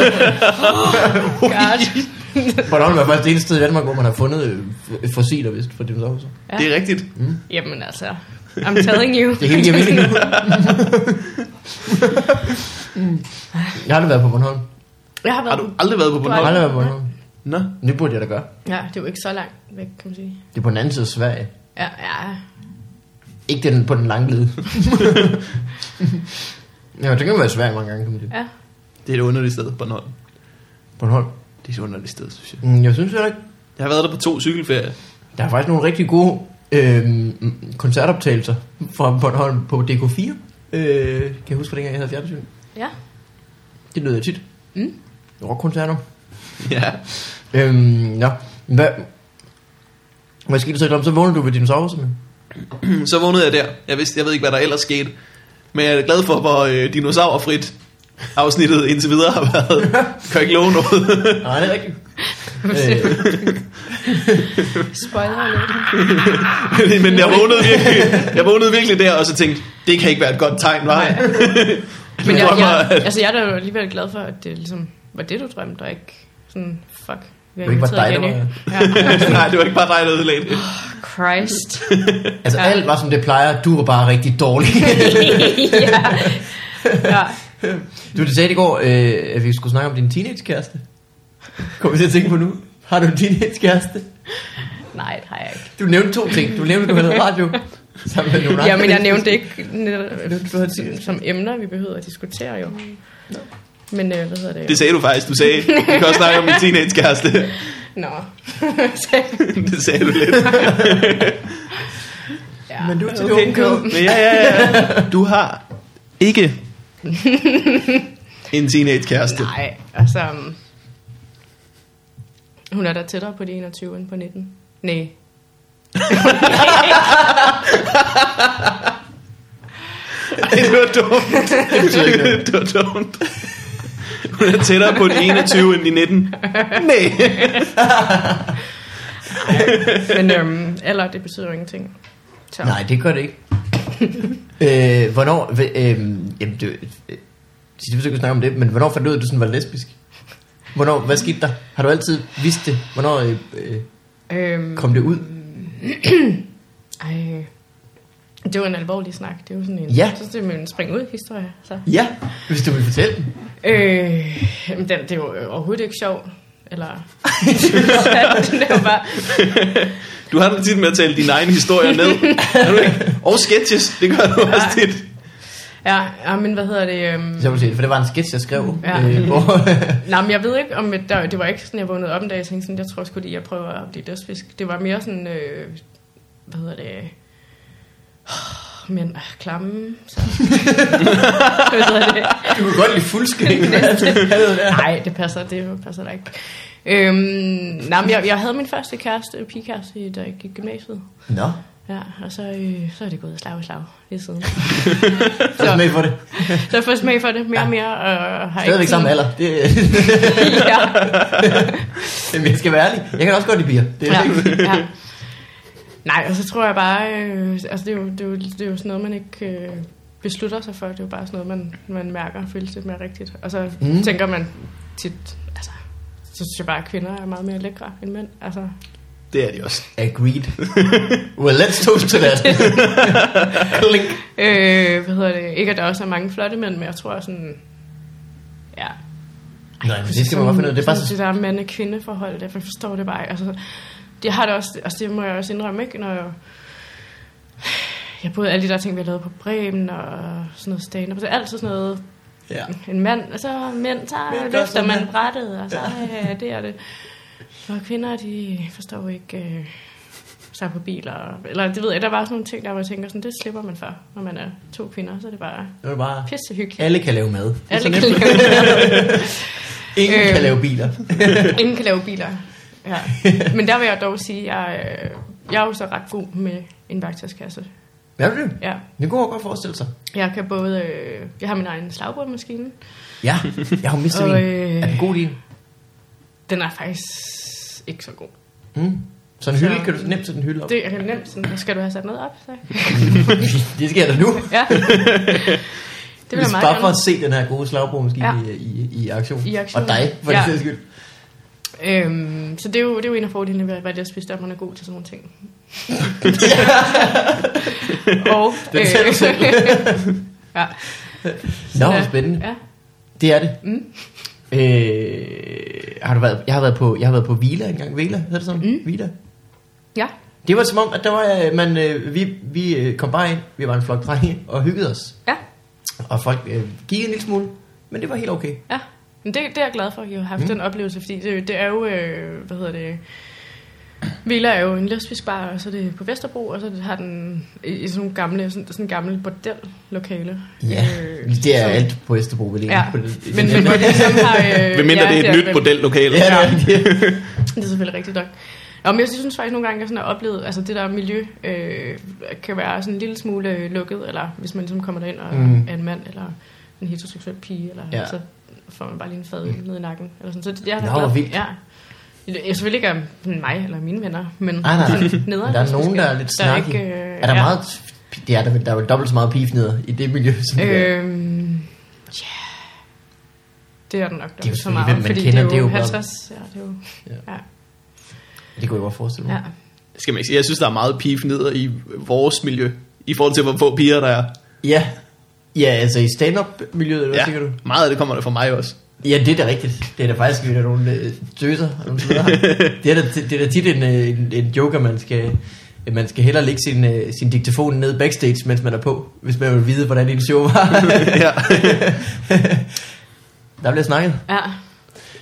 Speaker 2: Oh, God.
Speaker 1: Bornholm er faktisk det eneste sted i Danmark, hvor man har fundet øh, f- fossiler, vist, fra dinosaurer.
Speaker 2: Ja.
Speaker 3: Det er rigtigt.
Speaker 2: Jamen altså, I'm telling you.
Speaker 1: Det hele giver mening nu. Jeg har aldrig været på Bornholm.
Speaker 2: Jeg har været
Speaker 3: Har du aldrig været på
Speaker 1: Jeg har
Speaker 3: Bornholm?
Speaker 1: aldrig været på Bornholm.
Speaker 3: Nå.
Speaker 1: Det burde jeg da gøre.
Speaker 2: Ja, det er jo ikke så langt væk, kan man sige.
Speaker 1: Det er på den anden side af Sverige.
Speaker 2: Ja, ja.
Speaker 1: Ikke den på den lange led. ja, det kan være svært mange gange, kan man sige.
Speaker 2: ja.
Speaker 3: Det er et underligt sted, Bornholm.
Speaker 1: Bornholm.
Speaker 3: Det er et underligt sted, synes jeg.
Speaker 1: Mm, Jeg synes heller ikke,
Speaker 3: Jeg har været der på to cykelferier.
Speaker 1: der er faktisk nogle rigtig gode øhm, koncertoptagelser fra Bornholm på DK4. Øh, kan jeg huske, dengang jeg havde fjernsyn?
Speaker 2: ja.
Speaker 1: Det lød jeg tit.
Speaker 2: Mm.
Speaker 1: Rockkoncerter.
Speaker 3: Ja.
Speaker 1: Øhm, ja. Hvad, hvad skete der så i drømmen? Så vågnede du ved dinosaurer, simpelthen?
Speaker 3: Så vågnede jeg der. Jeg, vidste, jeg ved ikke, hvad der ellers skete. Men jeg er glad for, hvor øh, dinosaurfrit afsnittet indtil videre har været. Jeg kan ikke love noget.
Speaker 1: Nej, det er rigtigt. øh,
Speaker 2: Spoiler alert.
Speaker 3: Men jeg vågnede, virkelig, jeg vågnede virkelig der, og så tænkte, det kan ikke være et godt tegn, var jeg?
Speaker 2: Men jeg,
Speaker 3: drømmer,
Speaker 2: jeg,
Speaker 3: at-
Speaker 2: altså, jeg er da alligevel glad for, at det ligesom var det, du drømte, og ikke sådan, fuck. Vi har
Speaker 1: Det var ikke bare
Speaker 2: inviteret
Speaker 1: dig,
Speaker 2: Jenny. Ja.
Speaker 3: Nej, det var ikke bare dig, der ødelagde det.
Speaker 2: Christ.
Speaker 1: altså,
Speaker 2: Ja.
Speaker 1: alt var som det plejer. Du var bare rigtig dårlig.
Speaker 2: ja. ja.
Speaker 1: Du du sagde i går, øh, at vi skulle snakke om din teenagekæreste. Kommer vi til at tænke på nu? Har du en teenagekæreste?
Speaker 2: Nej, det har jeg ikke.
Speaker 1: Du nævnte to ting. Du nævnte, at du havde radio. Sammen med nogle andre.
Speaker 2: Ja, men jeg nævnte det ikke netop,
Speaker 1: du havde
Speaker 2: som,
Speaker 1: tidligere.
Speaker 2: som emner, vi behøver at diskutere jo.
Speaker 1: Mm.
Speaker 2: Men øh, hvad hedder det?
Speaker 3: Det sagde du faktisk. Du sagde, vi kan også snakke om min teenage-kæreste.
Speaker 2: Nå. Så-
Speaker 3: det sagde du lidt.
Speaker 2: ja.
Speaker 1: Men du er til okay, det åbne kød.
Speaker 3: Men ja, ja, ja. Du har ikke en teenage-kæreste.
Speaker 2: Nej, altså... um, Hun er da tættere på de 21 end på 19. Nej.
Speaker 3: Ej, det var dumt. det var dumt. Hun er tættere på den 21 end de 19. Nej.
Speaker 2: Men øhm, alder, det betyder jo ingenting. Så.
Speaker 1: Nej, det gør det ikke. øh, hvornår... Øh, jamen, du, øh, Sisse, du forsøger at snakke om det, men hvornår fandt du ud af, at du sådan var lesbisk? Hvornår, hvad skete der? Har du altid vidst det? Hvornår øh, øh,
Speaker 2: Øhm,
Speaker 1: kom det ud?
Speaker 2: Ej. Det var en alvorlig snak. Det er jo sådan en,
Speaker 1: Ja.
Speaker 2: så det er en spring ud historie. Så.
Speaker 1: Ja, hvis du vil fortælle den.
Speaker 2: Øh, jamen, den, det er jo overhovedet ikke sjov. Eller... det er jo bare...
Speaker 3: Du har det tit med at tale dine egne historier ned. Er du ikke? Og sketches, det gør du også tit.
Speaker 2: Ja, ja, men hvad hedder det? Øhm...
Speaker 1: Så vil sige, for det var en sketch, jeg skrev.
Speaker 2: Ja.
Speaker 1: Øh, hvor,
Speaker 2: Nej, men jeg ved ikke, om et, der, det var ikke sådan, jeg vågnede op en dag og tænkte sådan, jeg tror sgu lige, jeg prøver at blive dødsfisk. Det var mere sådan, øh, hvad hedder det, men øh, klamme. Så. hvad hedder det?
Speaker 1: du kunne godt lide fuldskæg. Nej,
Speaker 2: Nej, det passer, det passer da ikke. Øhm, nej, men jeg, jeg havde min første kæreste, pigekæreste, da jeg gik i gymnasiet.
Speaker 1: Nå,
Speaker 2: Ja, og så, øh, så er det gået slag i slag lige siden.
Speaker 1: så er med for det.
Speaker 2: Så jeg får smag for det mere og mere. Og har
Speaker 1: Stadigvæk
Speaker 2: ikke
Speaker 1: samme alder. Det,
Speaker 2: ja.
Speaker 1: Jamen, jeg skal være ærlig. Jeg kan også godt lide piger. Det er
Speaker 2: Ja,
Speaker 1: det.
Speaker 2: ja. Nej, og så tror jeg bare, øh, altså det er, jo, det, er jo, det er jo sådan noget, man ikke øh, beslutter sig for. Det er jo bare sådan noget, man, man mærker og føles lidt mere rigtigt. Og så
Speaker 1: Mm.
Speaker 2: mm. tænker man tit, altså, så synes jeg bare, at kvinder er meget mere lækre end mænd. Altså,
Speaker 3: Det er de også.
Speaker 1: Agreed. Well, let's toast to that. Klink.
Speaker 2: øh, hvad hedder det? Ikke, at der også er mange flotte mænd, men jeg tror sådan, ja.
Speaker 1: Nej, men det skal man godt finde ud af. Det er bare så...
Speaker 2: det der mand-kvinde-forhold, derfor forstår det bare ikke. Altså, det har det også, altså det må jeg også indrømme, ikke? Når jeg, jeg både alle de der ting, vi har lavet på Bremen og sådan noget stand Det er altid sådan noget,
Speaker 1: Ja.
Speaker 2: en mand, og så mænd, så
Speaker 1: Mænd gør
Speaker 2: løfter
Speaker 1: sådan
Speaker 2: man
Speaker 1: her.
Speaker 2: brættet, og så ja. det er det. Og kvinder, de forstår ikke øh, sig på biler. Eller det ved jeg, der var sådan nogle ting, der hvor jeg tænker sådan, det slipper man for, når man er to kvinder, så er det bare
Speaker 1: Det er bare...
Speaker 2: pissehyggeligt.
Speaker 1: Alle kan lave mad. Det er så
Speaker 2: Alle
Speaker 1: nemt.
Speaker 2: kan lave,
Speaker 1: Ingen
Speaker 2: Øh.
Speaker 1: kan lave biler.
Speaker 2: ingen kan lave biler. Ja. Men der vil jeg dog sige, at jeg, øh, jeg er jo så ret god med en værktøjskasse.
Speaker 1: Hvad er det?
Speaker 2: Ja.
Speaker 1: Det kunne jeg godt forestille sig.
Speaker 2: Jeg kan både, øh, jeg har min egen slagbordmaskine.
Speaker 1: Ja, jeg har mistet
Speaker 2: Og,
Speaker 1: min.
Speaker 2: øh.
Speaker 1: Er den god din?
Speaker 2: Den er faktisk ikke så god.
Speaker 1: Mm. Så en hylde,
Speaker 2: Så-
Speaker 1: kan du nemt sætte en hylde op?
Speaker 2: Det er nemt sådan, skal du have sat noget op? Så?
Speaker 1: det sker der nu.
Speaker 2: Ja. Det vil jeg
Speaker 1: Hvis
Speaker 2: meget
Speaker 1: bare for
Speaker 2: gerne.
Speaker 1: at se den her gode slagbrugmaskine
Speaker 2: Ja.
Speaker 1: ja. i, i, i, aktion.
Speaker 2: I aktion.
Speaker 1: Og dig, for ja.
Speaker 2: Ja.
Speaker 1: det sags skyld.
Speaker 2: Øhm, så det er, jo, det er jo en af fordelene ved at være lesbisk, at man er god til sådan nogle ting. og, øh,
Speaker 1: Den tager du selv.
Speaker 2: ja.
Speaker 1: Nå, hvor
Speaker 2: Ja.
Speaker 1: spændende.
Speaker 2: Ja.
Speaker 1: Det er det.
Speaker 2: Mm.
Speaker 1: Øh, har du været, jeg, har været på, jeg har været på Vila engang. Vila, hedder det sådan? Mm. Vila.
Speaker 2: ja.
Speaker 1: Det var som om, at der var, øh, man, øh, vi, vi øh, kom bare ind, vi var en flok drenge, og hyggede os.
Speaker 2: Ja.
Speaker 1: Og folk øh, gik en lille smule, men det var helt okay.
Speaker 2: Ja, men det, det er jeg glad for, at I har haft mm. den oplevelse, fordi det, det er jo, øh, hvad hedder det, Villa er jo en lesbisk bar, og så er det på Vesterbro, og så har den i, i sådan nogle gamle, sådan, sådan en gammel bordel-lokale.
Speaker 1: Ja,
Speaker 2: Øh,
Speaker 1: det er
Speaker 2: som-
Speaker 1: alt på Østerbro, vel
Speaker 2: Ja,
Speaker 1: egentlig. På det-
Speaker 2: men, men hvor de ligesom har... Øh,
Speaker 3: Hvem mindre
Speaker 2: ja,
Speaker 3: det er et nyt bordellokale.
Speaker 1: Ja, det er rigtigt.
Speaker 2: Det er selvfølgelig rigtigt nok. Nå, men jeg synes faktisk nogle gange, at jeg sådan har oplevet, altså det der miljø øh, kan være sådan en lille smule øh, lukket, eller hvis man ligesom kommer derind og
Speaker 1: Mm.
Speaker 2: mm. er en mand, eller en heteroseksuel pige, eller
Speaker 1: Ja.
Speaker 2: ja. så får man bare lige en fad mm. ned i nakken. Eller sådan. Så det, jeg er da
Speaker 1: Nå,
Speaker 2: glad
Speaker 1: hvor
Speaker 2: for-
Speaker 1: vildt.
Speaker 2: Ja. Jeg jeg selvfølgelig ikke er sådan mig eller mine venner, men
Speaker 1: Nej, nej.
Speaker 2: sådan
Speaker 1: Men
Speaker 2: nederen,
Speaker 1: der er
Speaker 2: hvis vi
Speaker 1: nogen,
Speaker 2: skal-
Speaker 1: der er lidt snakke.
Speaker 2: ikke, øh,
Speaker 1: Er der
Speaker 2: ja.
Speaker 1: meget... Det er der, vel- der er vel dobbelt så meget pifneder i det miljø, som øh, det er.
Speaker 2: Øhm, ja. Det er der nok
Speaker 1: Det er jo
Speaker 2: nok så
Speaker 1: selvfølgelig,
Speaker 2: meget,
Speaker 1: hvem man
Speaker 2: fordi
Speaker 1: kender,
Speaker 2: det er jo
Speaker 1: bare-
Speaker 2: 50. Ja, det er jo, ja.
Speaker 1: Det kunne jeg godt forestille mig.
Speaker 2: ja.
Speaker 1: Ja.
Speaker 3: Det skal man ikke sige. Jeg synes, der er meget pif ned i vores miljø, i forhold til, hvor få piger der er.
Speaker 1: ja. Ja, altså i stand-up-miljøet, eller hvad
Speaker 3: Ja,
Speaker 1: tænker du?
Speaker 3: meget af det kommer der fra mig også.
Speaker 1: Ja, det er da rigtigt. Det er da faktisk det er da nogle øh, døser. og nogle sveder. det, er da, det er da tit en, øh, en, en joker, man skal, øh, man skal hellere lægge sin, øh, sin diktafon ned backstage, mens man er på, hvis man vil vide, hvordan en show var.
Speaker 3: ja.
Speaker 1: Der bliver snakket.
Speaker 2: Ja.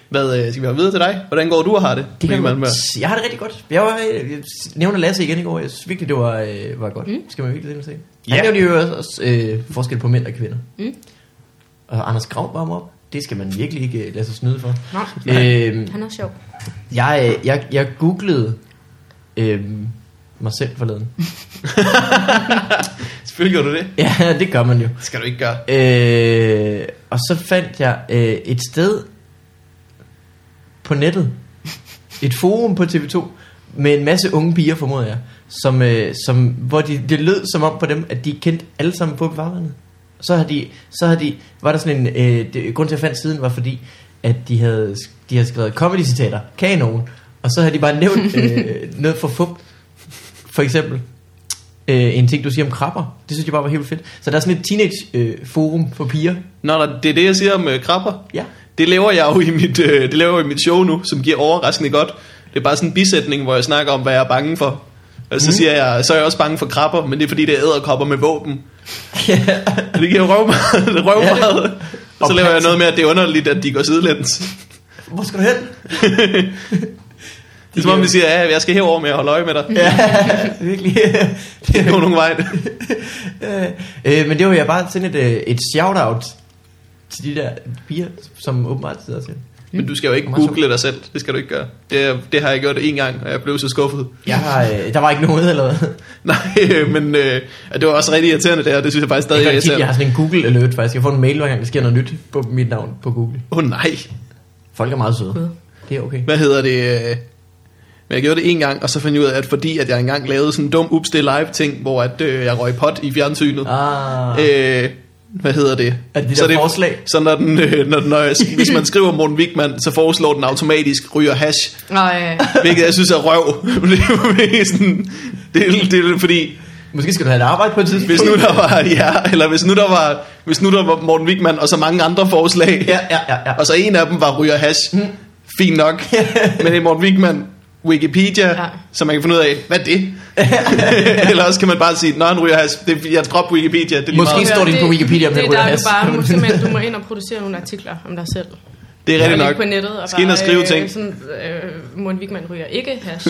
Speaker 3: Hvad, øh, skal vi have videre til dig? Hvordan går du og har det?
Speaker 1: Det kan
Speaker 3: Mikkel Malmberg?
Speaker 1: man, jeg har det rigtig godt. Jeg, var, øh, jeg nævner Lasse igen i går. Jeg synes virkelig, det var, øh, var godt. Mm. Skal man virkelig ind og se. Han
Speaker 3: Ja.
Speaker 1: nævnte jo også, også øh, forskel på mænd og kvinder.
Speaker 2: Mm.
Speaker 1: Og Anders Grav varmer op. Det skal man virkelig ikke øh, lade sig snyde for.
Speaker 2: Nå,
Speaker 1: Øhm,
Speaker 2: han er sjov.
Speaker 1: jeg, øh, jeg, jeg googlede øh, mig selv forleden.
Speaker 3: Selvfølgelig gør du det.
Speaker 1: Ja, det gør man jo.
Speaker 3: Det skal du ikke gøre.
Speaker 1: Øh, og så fandt jeg øh, et sted på nettet, et forum på TV2, med en masse unge piger, formoder jeg, som, øh, som, hvor de, det lød som om på dem, at de kendte alle sammen på bevarende. Så har de, så har de, var der sådan en, øh, det, grund til at jeg fandt siden var fordi, at de havde, de havde skrevet comedy-citater, kanon, og så havde de bare nævnt øh, noget for fup, for eksempel øh, en ting, du siger om krabber. Det synes jeg bare var helt vildt fedt. Så der er sådan et teenage-forum for piger.
Speaker 3: Nå, nå, det er det, jeg siger om øh, krabber.
Speaker 1: Ja.
Speaker 3: Det laver jeg jo i mit, øh, det laver jeg i mit show nu, som giver overraskende godt. Det er bare sådan en bisætning, hvor jeg snakker om, hvad jeg er bange for. Og
Speaker 1: Mhm.
Speaker 3: så mm. siger jeg, så er jeg også bange for krabber, men det er fordi, det er æderkopper med våben. Og det giver røv meget. røv
Speaker 1: Ja, det-
Speaker 3: meget. Og så
Speaker 1: Og
Speaker 3: laver jeg
Speaker 1: panser.
Speaker 3: noget med, at det er underligt, at de går sidelæns.
Speaker 1: Hvor skal du hen?
Speaker 3: Det er som om, de siger, ja, jeg skal herover med at holde øje med dig.
Speaker 1: Ja, virkelig.
Speaker 3: Det går nogen vej.
Speaker 1: øh, men det var jeg bare sende et, øh, et shout-out til de der piger, som åbenbart sidder til.
Speaker 3: Men du skal jo ikke
Speaker 1: Meget sjovt.
Speaker 3: google dig selv. Det skal du ikke gøre. Det, det har jeg gjort én gang, og jeg blev så skuffet.
Speaker 1: Jeg har, øh, der var ikke noget eller hvad.
Speaker 3: Nej, øh, men øh, det var også rigtig irriterende det her. Det synes jeg faktisk
Speaker 1: Jeg,
Speaker 3: stadig er
Speaker 1: gør det tit, jeg
Speaker 3: irriterende.
Speaker 1: har sådan en Google alert faktisk. Jeg får en mail hver gang, der sker noget nyt på mit navn på Google.
Speaker 3: Åh oh, nej.
Speaker 1: Folk er meget
Speaker 2: Gud.
Speaker 1: søde. Det er okay.
Speaker 3: Hvad hedder det? øh, Men jeg gjorde det en gang, og så fandt jeg ud af, at fordi at jeg engang lavede sådan en dum ups det live ting, hvor at, øh, jeg røg pot i fjernsynet.
Speaker 1: Ah,
Speaker 3: Øh, hvad hedder det?
Speaker 1: Er det de der forslag?
Speaker 3: Så når den, øh, når, når, jeg- hvis man skriver Morten Wigman, så foreslår den automatisk ryger hash.
Speaker 2: Nå, øh,
Speaker 3: Hvilket jeg synes er røv. det, er jo virkelig sådan, det, er- det, er fordi,
Speaker 1: måske skal du have et arbejde på et tidspunkt.
Speaker 3: hvis nu der var, ja, eller hvis nu der var, hvis nu der var Morten Wigman og så mange andre forslag,
Speaker 1: Ja, ja, ja, ja.
Speaker 3: og så en af dem var ryger hash, mm. fint nok, men det er Morten Wigman, Wikipedia, ja.
Speaker 2: Ja.
Speaker 3: så man kan finde ud af, hvad er det? eller også kan man bare sige, nå, han ryger hash, det, er- jeg dropper Wikipedia, det er lige
Speaker 1: Måske
Speaker 3: meget.
Speaker 1: står det inde på Wikipedia, men
Speaker 2: det, det,
Speaker 1: ryger
Speaker 2: der er
Speaker 1: has.
Speaker 2: du bare, simpelthen, du må ind og producere nogle artikler om dig selv.
Speaker 3: Det er rigtigt
Speaker 2: Og
Speaker 3: nok.
Speaker 2: ligge på nettet og
Speaker 3: Skal ind
Speaker 2: bare,
Speaker 3: og skrive
Speaker 2: øh,
Speaker 3: ting.
Speaker 2: Sådan, øh, Morten Wigman ryger ikke hash,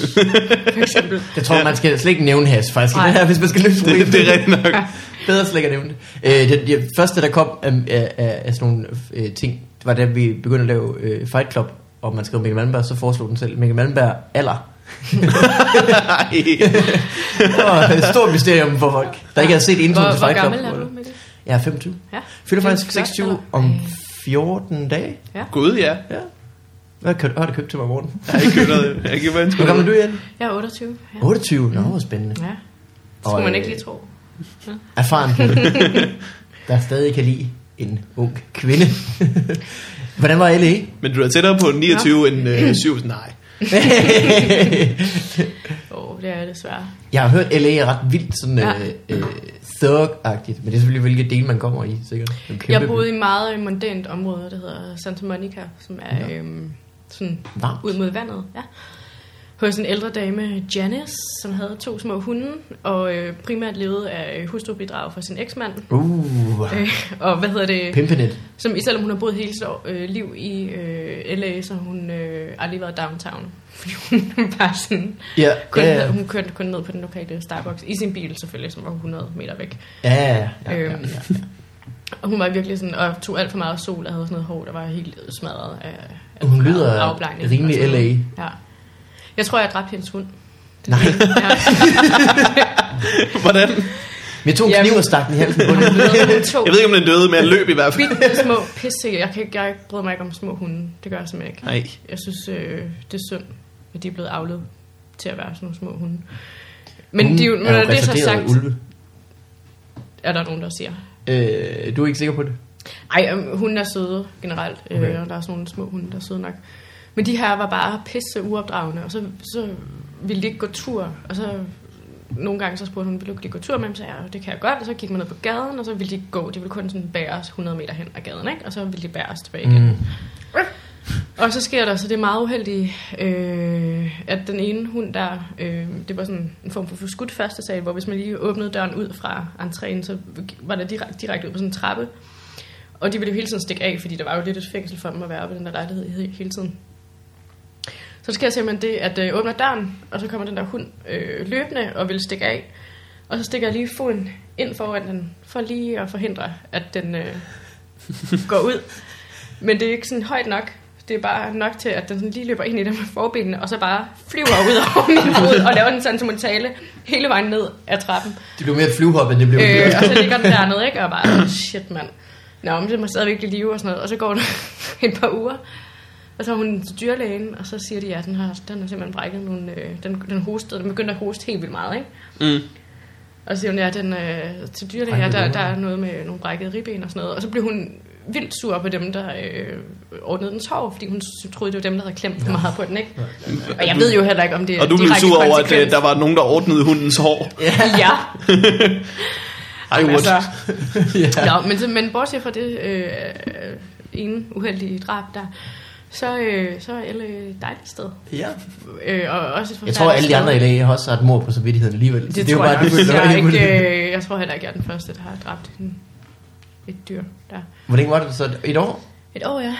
Speaker 2: for eksempel.
Speaker 1: Jeg tror, man skal slet ikke nævne hash, faktisk, i
Speaker 2: Nej.
Speaker 1: det her, hvis man skal løse
Speaker 3: Det,
Speaker 1: problemet.
Speaker 3: det er rigtigt nok.
Speaker 1: Bedre slet ikke at nævne det. Øh, det, det første, der kom af, af, af, af sådan nogle øh, ting, det var da vi begyndte at lave øh, Fight Club, og man skrev Mikkel Malmberg, så foreslog den selv Mikkel Malmberg alder.
Speaker 3: Ej.
Speaker 1: og et stort mysterium for folk, der ikke har set introen til
Speaker 2: Hvor, hvor
Speaker 1: Fight Club.
Speaker 2: gammel er du, Mikkel?
Speaker 1: Jeg er 25.
Speaker 2: Ja.
Speaker 1: Fylder
Speaker 2: Det er
Speaker 1: faktisk
Speaker 2: flot,
Speaker 1: 26
Speaker 2: eller?
Speaker 1: om
Speaker 2: Ej.
Speaker 1: 14 dage.
Speaker 3: Gud, ja.
Speaker 1: Ja. Hvad har du- har du købt til mig i morgen?
Speaker 3: Jeg har ikke købt noget. Jeg har ikke købt noget.
Speaker 1: Hvor gammel er du igen?
Speaker 2: Jeg er 28. Ja.
Speaker 1: 28. Nå, hvor spændende.
Speaker 2: ja. Det
Speaker 1: Og,
Speaker 2: skulle man
Speaker 1: øh,
Speaker 2: ikke lige tro.
Speaker 1: erfaren der stadig kan lide en ung kvinde. Hvordan var E? LA?
Speaker 3: Men du er tættere på 29 end øh, 7. Nej.
Speaker 2: Åh, oh, det er desværre.
Speaker 1: Jeg har hørt, LA er ret vildt sådan
Speaker 2: Ja.
Speaker 1: ja. øh, øh, thug-agtigt, men det er selvfølgelig, hvilke del man kommer i, sikkert. Det er en kæmpe
Speaker 2: Jeg boede i et meget mondænt område, der hedder Santa Monica, som er ja. øhm, sådan
Speaker 1: by. Varmt.
Speaker 2: ud mod vandet. Ja. Hos en ældre dame, Janice, som havde to små hunde, og øh, primært levede af øh, hustrubidrag fra sin eksmand.
Speaker 1: Uh,
Speaker 2: Øh, og hvad hedder det?
Speaker 1: pimpenet.
Speaker 2: Som selvom hun har boet hele sit år, øh, liv i øh, LA, så har hun øh, aldrig været downtown. Fordi hun bare sådan...
Speaker 1: Ja,
Speaker 2: Kun,
Speaker 1: ja,
Speaker 2: yeah.
Speaker 1: ja.
Speaker 2: Hun kørte kun ned på den lokale Starbucks, i sin bil selvfølgelig, som var 100 meter væk.
Speaker 1: ja, ja, ja, ja.
Speaker 2: Øhm. Og hun var virkelig sådan, og tog alt for meget sol, og havde sådan noget hår, der var helt smadret af, af
Speaker 1: Hun lyder
Speaker 2: afblejning
Speaker 1: rimelig
Speaker 2: og sådan noget.
Speaker 1: LA.
Speaker 2: Ja. Jeg tror, jeg dræbte hendes hund.
Speaker 1: Nej,
Speaker 2: Ja,
Speaker 3: Hvordan?
Speaker 1: vi tog en
Speaker 2: Ja,
Speaker 1: kniv
Speaker 2: men-
Speaker 1: og stak den i halsen på
Speaker 2: hun
Speaker 1: hende.
Speaker 2: havde to
Speaker 3: Jeg ved ikke, om den døde, men jeg løb i hvert fald.
Speaker 2: bitte små pisse. Jeg, kan ikke, jeg bryder mig ikke om små hunde. Det gør jeg simpelthen ikke.
Speaker 3: Nej.
Speaker 2: Jeg synes, øh, det er synd, at de er blevet avlet til at være sådan nogle små hunde. Men
Speaker 1: Hun
Speaker 2: de, er jo-
Speaker 1: Mm, er
Speaker 2: når
Speaker 1: jo
Speaker 2: det er så
Speaker 1: reserveret
Speaker 2: sagt,
Speaker 1: ulve.
Speaker 2: er der nogen, der siger,
Speaker 1: Øh, du er ikke sikker på det?
Speaker 2: Ej, øhm, hunde er søde generelt, okay.
Speaker 1: Okay.
Speaker 2: øh, og der er sådan nogle små hunde, der er søde nok. Men de her var bare pisse uopdragende, og så, så ville de ikke gå tur, og så nogle gange så spurgte hun, vil du ikke gå tur med dem? Så sagde jeg, "Jo, det kan jeg godt. Og så gik man ned på gaden, og så ville de gå. De ville kun sådan bære os 100 meter hen ad gaden, ikke? Og så ville de bære os tilbage igen.
Speaker 1: Mm.
Speaker 2: Og så sker der så det meget uheldige, øh, at den ene hund der, øh, det var sådan en form for skudt første sal, hvor hvis man lige åbnede døren ud fra entréen, så var der direkte, direkte ud på sådan en trappe. Og de ville jo hele tiden stikke af, fordi der var jo lidt et fængsel for dem at være oppe i den der lejlighed he- hele tiden. Så der sker simpelthen det, at øh, åbner døren, og så kommer den der hund øh, løbende og vil stikke af. Og så stikker jeg lige foden ind foran den, for lige at forhindre, at den øh, går ud. Men det er ikke sådan højt nok. Det er bare nok til, at den sådan lige løber ind i den med forbenene, og så bare flyver ud over min fod, og laver den sådan som en tale hele vejen ned ad trappen.
Speaker 1: Det blev mere et flyvehop, end det blev
Speaker 2: Øh,
Speaker 1: øh,
Speaker 2: og så ligger den dernede, ikke? Og bare, shit mand. Nå, men det må stadigvæk i live og sådan noget. Og så går der et par uger, og så er hun til dyrlægen, og så siger de, ja, den har, den har simpelthen brækket nogle... Øh, den, den hostede, den begyndte at hoste helt vildt meget, ikke?
Speaker 3: Mm.
Speaker 2: Og så siger hun, ja, den, øh, til dyrlægen, ja,
Speaker 1: Brækkede
Speaker 2: der,
Speaker 1: ribben.
Speaker 2: der er noget med nogle brækkede ribben og sådan noget. Og så blev hun vildt sur på dem, der øh, ordnede den tår, fordi hun s- troede, det var dem, der havde klemt for meget på den, ikke? Og jeg ved jo heller ikke, om det er
Speaker 3: Og du blev
Speaker 2: direkte
Speaker 3: sur over, at øh,
Speaker 2: konsekvens.
Speaker 3: der var nogen, der ordnede hundens hår.
Speaker 2: Ja,
Speaker 3: Ej,
Speaker 2: men
Speaker 3: what?
Speaker 1: Altså- ja.
Speaker 2: Nå, men, så- men bortset fra det øh, øh, ene uheldige drab der, så, øh, så er alle et dejligt sted.
Speaker 1: ja.
Speaker 2: Øh, og også et
Speaker 1: Jeg tror, alle de
Speaker 2: forfærdeligt
Speaker 1: andre i
Speaker 2: sted.
Speaker 1: dag har også ret mor på samvittigheden alligevel. Så
Speaker 2: Det,
Speaker 1: er
Speaker 2: det
Speaker 1: jo
Speaker 2: tror jeg
Speaker 1: det,
Speaker 2: også.
Speaker 1: der er
Speaker 2: Jeg, er
Speaker 1: helt muligt.
Speaker 2: ikke, øh, jeg tror heller ikke, jeg er den første, der har dræbt en, et dyr der.
Speaker 1: Hvor længe var det så? Et år
Speaker 2: Et år, ja.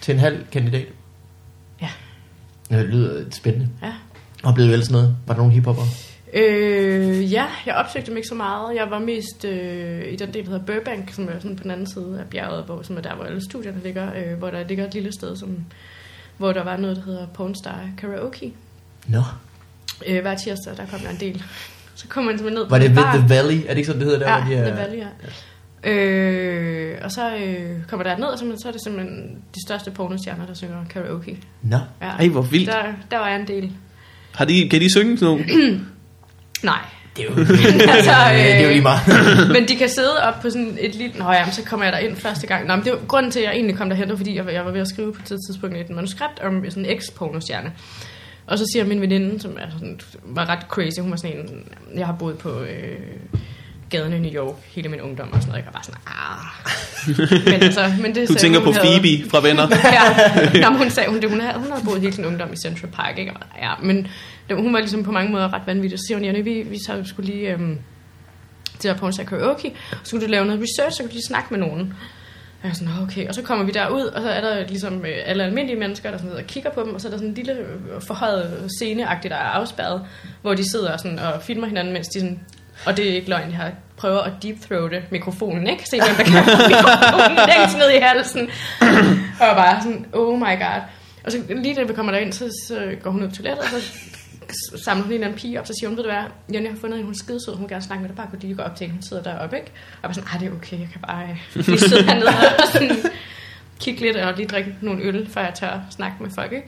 Speaker 1: til en halv kandidat?
Speaker 2: Ja.
Speaker 1: Ja, Det lyder spændende.
Speaker 2: ja.
Speaker 1: Oplevede du ellers noget? Var der nogle hiphopper?
Speaker 2: Øh, ja, jeg opsøgte dem ikke så meget. Jeg var mest øh, i den del, der hedder Burbank, som er sådan på den anden side af bjerget, hvor, som er der, hvor alle studierne ligger, øh, hvor der ligger et lille sted, som, hvor der var noget, der hedder Pornstar Karaoke.
Speaker 1: Nå.
Speaker 2: Øh, hver tirsdag, der kom der en del. Så kom man simpelthen ned på
Speaker 1: Var det
Speaker 2: en
Speaker 1: ved
Speaker 2: bar.
Speaker 1: The Valley? Er det ikke sådan, det hedder der?
Speaker 2: Ja,
Speaker 1: hvor de
Speaker 2: yeah.
Speaker 1: er...
Speaker 2: The Valley, ja. Øh, og så øh, kommer der ned, og så, så er det simpelthen de største pornostjerner, der synger karaoke.
Speaker 1: Nå.
Speaker 2: Ja.
Speaker 3: Ej, hvor vildt.
Speaker 2: Der, der var jeg en del.
Speaker 3: Har de, kan de synge sådan noget?
Speaker 2: Nej.
Speaker 1: Det er jo,
Speaker 2: altså,
Speaker 1: det er jo lige meget.
Speaker 2: men de kan sidde op på sådan et lille... Nå ja, men så kommer jeg ind første gang. Nå, men det var grunden til, at jeg egentlig kom derhen, det var, fordi jeg, var- jeg var ved at skrive på et tidspunkt et manuskript om sådan en eks-pornostjerne. Og så siger min veninde, som er sådan, var ret crazy, hun var sådan en, jeg har boet på øh, gaden i New York hele min ungdom og sådan noget. Jeg var bare sådan, ah. Men, altså, men det
Speaker 3: Du
Speaker 2: sagde
Speaker 3: tænker
Speaker 2: hun,
Speaker 3: på
Speaker 2: hun havde-
Speaker 3: Phoebe fra Venner.
Speaker 2: ja. Nå, men hun sagde, hun, det, hun, havde, hun havde boet hele sin ungdom i Central Park, ikke? Og, Ja, men det, hun var ligesom på mange måder ret vanvittig. Så siger hun, Janne, vi, vi så skulle lige øhm, til at prøve karaoke, og så skulle du lave noget research, så kunne du lige snakke med nogen. Og jeg er sådan, "Nå, okay. Og så kommer vi derud, og så er der ligesom øh, alle almindelige mennesker, der sådan sidder og kigger på dem, og så er der sådan en lille øh, forhøjet sceneagtigt, der er afspærret, hvor de sidder sådan og filmer hinanden, mens de sådan, og det er ikke løgn, jeg har prøver at deepthroate mikrofonen, ikke? Se, hvem der kan få mikrofonen længst ned i halsen. Og jeg bare sådan, oh my god. Og så lige da vi kommer derind, så, så går hun ud på toilettet, og så samler hun en eller anden pige op, så siger hun, ved du hvad, Jenny har fundet en, hun er skidesød, hun vil gerne snakke med dig, bare kunne lige gå op til hende, hun sidder deroppe, ikke? Og jeg var sådan, ah, det er okay, jeg kan bare øh, lige sidde hernede og sådan kigge lidt, og lige drikke nogle øl, før jeg tør snakke med folk, ikke?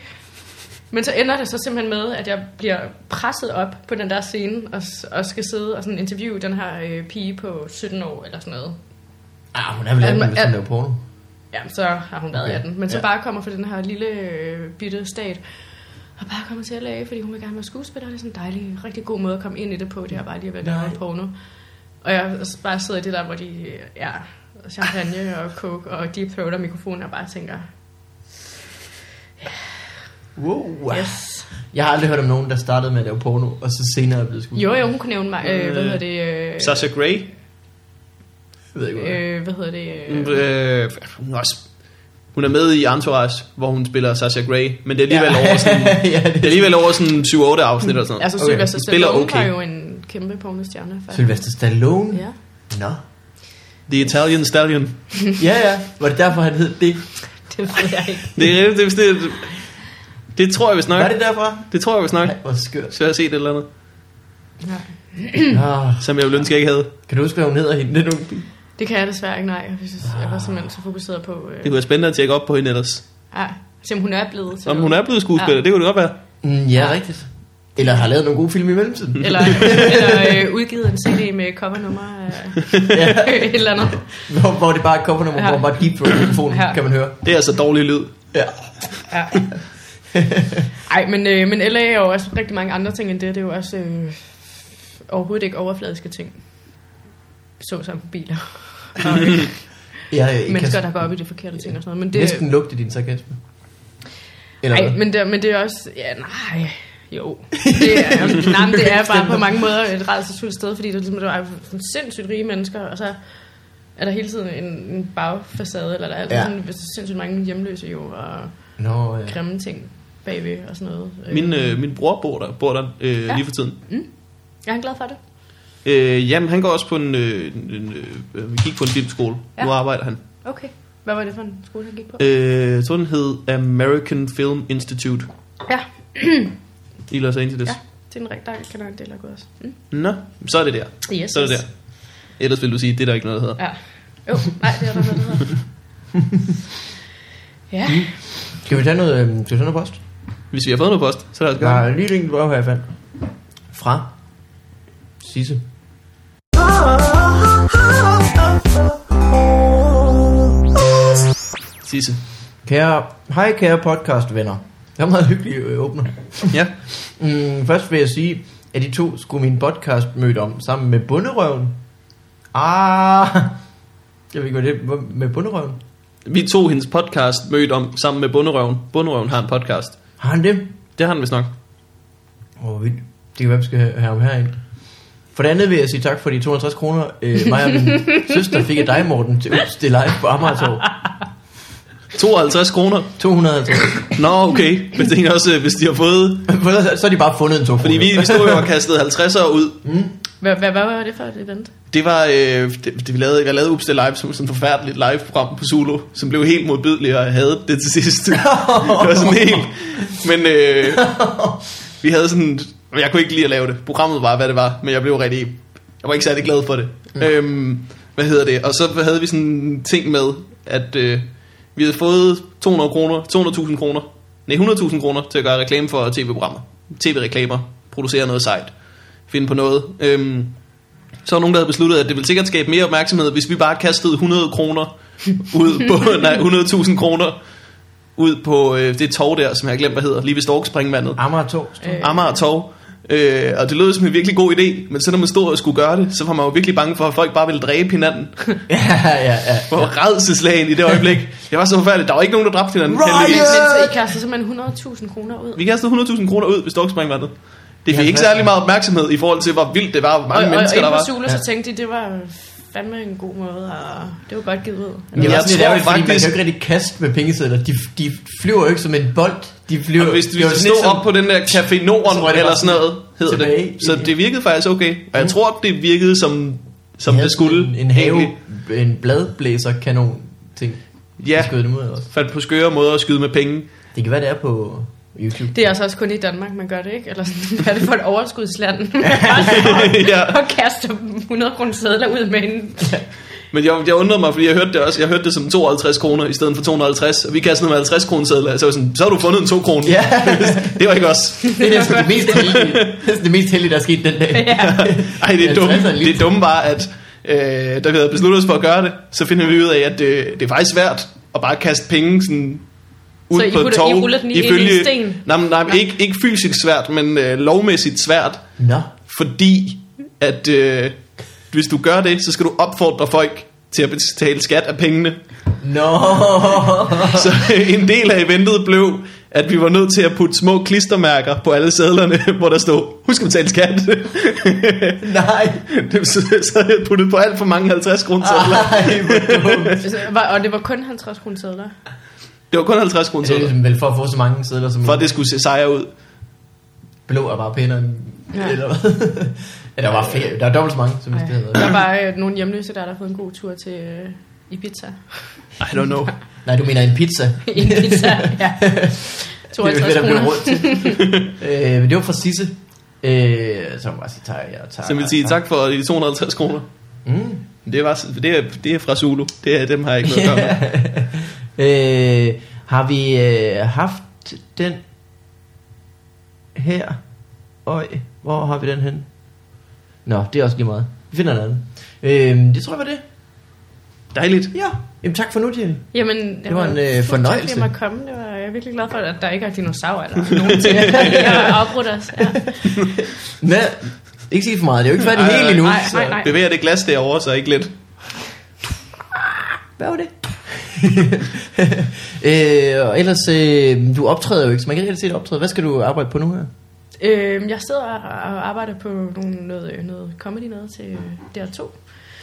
Speaker 2: Men så ender det så simpelthen med, at jeg bliver presset op på den der scene, og, s- og skal sidde og sådan interviewe den her øh, pige på 17 år, eller sådan noget.
Speaker 1: Ah, hun er vel 18,
Speaker 2: Alma-
Speaker 1: hvis hun
Speaker 2: Al-
Speaker 1: laver porno.
Speaker 2: Ja, så har hun været
Speaker 1: Okay.
Speaker 2: 18. Men så
Speaker 1: Ja.
Speaker 2: bare kommer fra den her lille øh, bitte stat, og bare kommer til at lave, fordi hun vil gerne være skuespiller. og Det er sådan en dejlig, rigtig god måde at komme ind i det på. Det er bare lige at være
Speaker 1: Nej.
Speaker 2: der porno. Og jeg bare sidder i det der, hvor de øh, ja, champagne og coke og deep throat og mikrofoner og bare tænker,
Speaker 1: Wow.
Speaker 2: yes.
Speaker 1: Jeg har aldrig hørt om nogen, der startede med at lave porno, og så senere er blevet skudt.
Speaker 2: Jo, jo, hun kunne nævne mig, øh, hvad hedder det, øh,
Speaker 3: Sasha Grey.
Speaker 1: Jeg ved ikke, hvad. Øh.
Speaker 2: øh, hvad hedder det, øh,
Speaker 3: Øh, hun, er også, hun er med i Entourage, hvor hun spiller Sasha Grey. Men det er alligevel over sådan,
Speaker 1: ja,
Speaker 3: det er
Speaker 1: det er
Speaker 3: alligevel over sådan 7-8 afsnit eller sådan noget.
Speaker 2: altså
Speaker 1: okay,
Speaker 2: Sylvester
Speaker 3: hun spiller
Speaker 2: Stallone var
Speaker 3: okay.
Speaker 2: jo en kæmpe pornostjerne, faktisk.
Speaker 1: Sylvester Stallone?
Speaker 2: Ja.
Speaker 1: Nå.
Speaker 3: The Italian Stallion.
Speaker 1: Ja, ja. Var det derfor, han hed det?
Speaker 2: Det ved jeg ikke.
Speaker 3: Det, er- det, det, det, det tror jeg vist nok.
Speaker 1: Var det derfra?
Speaker 3: Det tror jeg vist nok.
Speaker 1: Nej, hvor skørt.
Speaker 3: Så har jeg set et eller andet,
Speaker 2: Nej.
Speaker 1: Ah,
Speaker 3: som jeg ville ønske, jeg ikke havde.
Speaker 1: kan du huske, hvad hun hedder hende? Det er nogen...
Speaker 2: Det kan jeg desværre ikke, nej. Jeg, synes, jeg var simpelthen så fokuseret på... Øh,
Speaker 3: Ah. Det kunne være spændende at tjekke op på hende ellers.
Speaker 2: Ja, se om hun er blevet til
Speaker 3: Om
Speaker 2: noget.
Speaker 3: hun er blevet skuespiller,
Speaker 2: Ja.
Speaker 3: det kunne det godt være.
Speaker 1: Mm, ja, rigtigt. Eller har lavet nogle gode film i mellemtiden.
Speaker 2: Eller, eller øh, udgivet en CD med covernummer af et eller andet.
Speaker 1: Hvor, hvor det bare er covernummer,
Speaker 2: Ja.
Speaker 1: ja. hvor man bare deep throat mikrofonen,
Speaker 2: Ja.
Speaker 1: ja. kan man høre.
Speaker 3: Det er altså dårlig lyd.
Speaker 1: Ja.
Speaker 2: Ja. Ej, men, øh, men LA er jo også rigtig mange andre ting end det. Det er jo også øh, overhovedet ikke overfladiske ting. Såsom biler. Og
Speaker 1: Jeg, jeg
Speaker 2: mennesker,
Speaker 1: kan
Speaker 2: der går op i det forkerte ting og sådan noget. Men
Speaker 1: det...
Speaker 2: det,
Speaker 1: næsten lugte din sarkasme. Eller
Speaker 2: Ej,
Speaker 1: hvad?
Speaker 2: men det, men det er også... Ja, nej. Jo. Det er, nej, men det er bare på mange måder et rædselsfuldt sted, fordi det er ligesom, der er sådan sindssygt rige mennesker, og så er der hele tiden en, en bagfacade, eller der er altid
Speaker 1: Ja.
Speaker 2: ja. sådan, sindssygt mange hjemløse jo, og
Speaker 1: Nå, ja.
Speaker 2: grimme ting bagved og sådan noget.
Speaker 3: Min, øh, min bror bor der, bor der øh, ja.
Speaker 2: Ja.
Speaker 3: lige for tiden.
Speaker 2: Jeg er glad for det.
Speaker 3: Øh, jamen, han går også på en, øh, en, en øh, øh, gik på en filmskole. Ja.
Speaker 2: Ja.
Speaker 3: Nu arbejder han.
Speaker 2: Okay. Hvad var det for en skole, han gik på?
Speaker 3: Øh, så den hed American Film Institute
Speaker 2: Ja,
Speaker 3: i Los Angeles.
Speaker 2: ja. Det er en rigtig dejlig kanal, det er godt også. Mm.
Speaker 3: Nå, så er det der.
Speaker 2: Yes,
Speaker 3: Så er det
Speaker 2: yes.
Speaker 3: der. Ellers vil du sige, det er der ikke noget, der hedder.
Speaker 2: Ja. Jo, nej, det er der noget, der hedder. Ja.
Speaker 1: Skal vi tage noget, øh, skal vi tage noget post?
Speaker 3: Hvis vi har fået noget post, så lad os
Speaker 1: Der
Speaker 3: gøre det.
Speaker 1: er lige et enkelt brev her, jeg fandt. Fra Sisse.
Speaker 3: Sisse.
Speaker 1: Kære, hej kære podcastvenner. Det var meget hyggeligt øh, åbner.
Speaker 3: Ja.
Speaker 1: Mm, først vil jeg sige, at de to skulle min podcast møde om sammen med bunderøven. Ah, jeg ved ikke, hvad det er Hvor- med bunderøven.
Speaker 3: Vi tog hendes podcast mødt om sammen med Bunderøven. Bunderøven har en podcast.
Speaker 1: Har han det?
Speaker 3: Det har han vist nok.
Speaker 1: Åh, oh, vildt. Det kan være, vi skal have have ham herind. For det andet vil jeg sige tak for de 250 kroner, øh, mig og min søster fik af dig, Morten, til Ups, det er live på Amagertorv.
Speaker 3: 52 kroner.
Speaker 1: 250.
Speaker 3: Nå, okay. Men det er også, øh, hvis de har fået...
Speaker 1: For ellers- så har de bare fundet en 2
Speaker 3: Fordi vi, vi stod jo og kastede 50'er ud.
Speaker 2: Hvad, hvad, hvad var det for et event?
Speaker 3: Det var, øh, det, det, vi lavede, jeg lavede Ups, det er live som sådan et forfærdeligt live-program på Zulu, som blev helt modbydeligt, og jeg havde det til sidst. det var sådan helt... Men øh, vi havde sådan... Jeg kunne ikke lide at lave det. Programmet var, hvad det var, men jeg blev rigtig... Jeg var ikke særlig glad for det. Mm. Øhm, hvad hedder det? Og så havde vi sådan en ting med, at øh, vi havde fået 200 kroner, 200.000 kroner, nej 100.000 kroner til at gøre reklame for tv-programmer. TV-reklamer, producere noget sejt, finde på noget. Øhm, så var nogen, der havde besluttet, at det ville sikkert skabe mere opmærksomhed, hvis vi bare kastede 100 kroner ud på, nej, 100.000 kroner ud på øh, det tog der, som jeg har glemt, hvad hedder, lige ved Storkspringvandet.
Speaker 1: Amagertorv.
Speaker 2: Øh,
Speaker 3: Amager Torv. Øh, og det lød som en virkelig god idé, men så når man stod og skulle gøre det, så var man jo virkelig bange for, at folk bare ville dræbe hinanden.
Speaker 1: Ja, ja, ja.
Speaker 3: Hvor redselslagen i det øjeblik. Det var så forfærdeligt. Der var ikke nogen, der dræbte hinanden.
Speaker 1: Riot!
Speaker 3: heldigvis.
Speaker 2: Men så I kaster simpelthen 100.000 kroner ud.
Speaker 3: Vi kastede 100.000 kroner ud ved Storkspringvandet. Det fik
Speaker 1: Ja,
Speaker 3: ikke
Speaker 1: hvad-
Speaker 3: særlig meget opmærksomhed i forhold til, hvor vildt det var, hvor mange
Speaker 2: og,
Speaker 3: mennesker
Speaker 2: og,
Speaker 3: der
Speaker 2: og
Speaker 3: var.
Speaker 2: på Zulu, så
Speaker 1: Ja.
Speaker 2: tænkte de, det var fandme en god måde, og det var godt givet ud.
Speaker 1: Det
Speaker 3: Jeg
Speaker 1: var sådan lidt
Speaker 3: tror
Speaker 1: ærgerligt, fordi man
Speaker 3: faktisk-
Speaker 1: kan jo ikke rigtig kaste med pengesedler. De, de flyver jo ikke som en bold. De flyver,
Speaker 3: Og hvis vi
Speaker 1: det var lidt
Speaker 3: stod
Speaker 1: som-
Speaker 3: op på den der Café
Speaker 1: Så var
Speaker 3: Norden
Speaker 1: det
Speaker 3: eller
Speaker 1: bare
Speaker 3: sådan noget, hedder
Speaker 1: tilbage
Speaker 3: det. Så
Speaker 1: i-
Speaker 3: det virkede faktisk okay. Og jeg tror, det virkede som, som
Speaker 1: de havde
Speaker 3: det skulle.
Speaker 1: En, en have,
Speaker 3: egentlig.
Speaker 1: en bladblæserkanon ting.
Speaker 3: Ja,
Speaker 1: Ja. Skød dem ud af os.
Speaker 3: fandt på skøre måder at skyde med penge.
Speaker 1: Det kan være, det er på YouTube.
Speaker 2: Det er altså også kun i Danmark, man gør det, ikke? Eller sådan, hvad er det for et overskudsland?
Speaker 3: ja.
Speaker 2: og kaster 100 kroner sædler ud med en...
Speaker 3: Men jeg, jeg undrede mig, fordi jeg hørte det også. Jeg hørte det som 52 kroner i stedet for 250. Og vi kastede med 50 kroner sædler. Så jeg var sådan, så har du fundet en 2 kroner.
Speaker 1: Ja.
Speaker 3: det var ikke os.
Speaker 1: Det er næsten det mest heldige, det, er det mest heldige der er sket den dag.
Speaker 2: ja.
Speaker 3: Ej, det er
Speaker 1: 50
Speaker 3: dumme.
Speaker 1: er lidt-
Speaker 3: Det dumme var, at øh, da vi havde besluttet os for at gøre det, så finder vi ud af, at det, det er faktisk svært at bare kaste penge sådan ud
Speaker 2: Så I
Speaker 3: på et
Speaker 2: putter- I
Speaker 3: torv.
Speaker 2: ruller den i- ind i en sten?
Speaker 3: Nej, men- nej, ikke, ikke fysisk svært, men øh, lovmæssigt svært.
Speaker 1: Nå.
Speaker 3: Fordi at øh, hvis du gør det, så skal du opfordre folk til at betale skat af pengene.
Speaker 1: Nå.
Speaker 3: Så øh, en del af eventet blev, at vi var nødt til at putte små klistermærker på alle sædlerne, hvor der stod, husk at betale skat.
Speaker 1: Nej.
Speaker 3: Det- så, så havde jeg puttet på alt for mange 50 kroner sædler.
Speaker 1: Ej, hvor dumt.
Speaker 2: Var- Og Altså, det var kun 50 kroner sædler.
Speaker 3: Det var kun 50 kroner
Speaker 1: Det er
Speaker 3: sædler,
Speaker 1: ligesom vel for at få så mange sædler som
Speaker 3: for at det skulle se sejere ud.
Speaker 1: blå er bare pænere end...
Speaker 2: Ja.
Speaker 1: Eller hvad? Ja, der var flere. Der er dobbelt så mange, som hvis det havde været.
Speaker 2: Der var øh, nogle hjemløse, der har fået en god tur til øh, Ibiza.
Speaker 3: I don't know.
Speaker 1: Nej, du mener en pizza.
Speaker 2: Ibiza, ja.
Speaker 1: Det er
Speaker 2: 52
Speaker 1: det, der bliver
Speaker 2: kroner.
Speaker 1: råd til. øh, men det var fra Sisse. Øh, så må jeg bare sige tak. Jeg tager,
Speaker 3: Så vil sige tak for de 250 kroner.
Speaker 1: Mm.
Speaker 3: Det, var, det, er, det er fra Zulu. Det er, dem har jeg ikke noget at gøre med.
Speaker 1: øh, har vi øh, haft den her? Øj, hvor har vi den hen? Nå, det er også lige meget. Vi finder en anden. Øh, det tror jeg var det.
Speaker 3: Dejligt.
Speaker 1: Ja. Jamen tak for nu, Jenny.
Speaker 2: Jamen, jeg
Speaker 1: Det var en, øh,
Speaker 2: tusind tak, fordi
Speaker 1: fornøjelse.
Speaker 2: Jeg måtte komme. Det var, jeg er virkelig glad for, at der ikke er dinosaurer eller nogen ting. Jeg har afbrudt os. Ja.
Speaker 1: Med, Ikke sige for meget, det er jo ikke færdigt helt endnu.
Speaker 2: nej,
Speaker 3: så Bevæger det glas derovre, så ikke lidt.
Speaker 1: Hvad var det? øh, og ellers, øh, du optræder jo ikke, så man kan ikke rigtig se dig optræde. Hvad skal du arbejde på nu her?
Speaker 2: Øhm, jeg sidder og arbejder på nogle, noget, øh, noget comedy noget til DR2.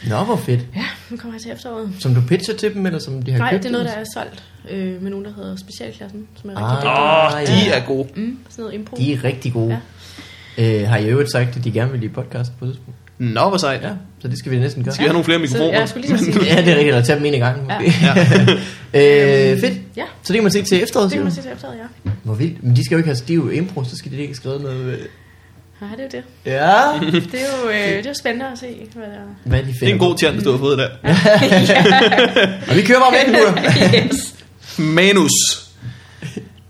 Speaker 1: Nå, hvor fedt.
Speaker 2: Ja, nu kommer jeg til efteråret.
Speaker 1: Som du pitcher til dem, eller som de har
Speaker 2: Nej,
Speaker 1: købt
Speaker 2: det er noget, der
Speaker 1: ellers?
Speaker 2: er solgt øh, med nogen, der hedder Specialklassen, som er
Speaker 1: Ah.
Speaker 2: rigtig dygtige.
Speaker 3: Åh, oh, de
Speaker 1: ja.
Speaker 3: er gode.
Speaker 2: Mm, sådan noget impro.
Speaker 1: De er rigtig gode. Ja. Øh, har I i øvrigt sagt, at de gerne vil i podcast på et tidspunkt?
Speaker 3: Nå, hvor sejt.
Speaker 1: Ja, så det skal vi næsten gøre.
Speaker 3: Skal vi have nogle flere mikrofoner?
Speaker 2: Så, ja, jeg skulle lige så sige
Speaker 1: Ja, det er rigtigt, eller tage dem en gang.
Speaker 2: Ja.
Speaker 1: Ja. øh, fedt.
Speaker 2: Ja,
Speaker 1: Så det kan man se til efteråret,
Speaker 2: det kan
Speaker 1: siger
Speaker 2: man
Speaker 1: du?
Speaker 2: se til efteråret, ja.
Speaker 1: Hvor vildt. Men de skal jo ikke have stiv impro, så skal de ikke have skrevet noget. øh.
Speaker 2: Nej, det er jo det.
Speaker 1: Ja.
Speaker 2: Det er jo, øh, det er jo spændende at se, hvad der er.
Speaker 1: Hvad de finder.
Speaker 3: Det er en god chance, du har fået der.
Speaker 1: Og vi kører bare med den, gutter.
Speaker 2: yes.
Speaker 3: Manus.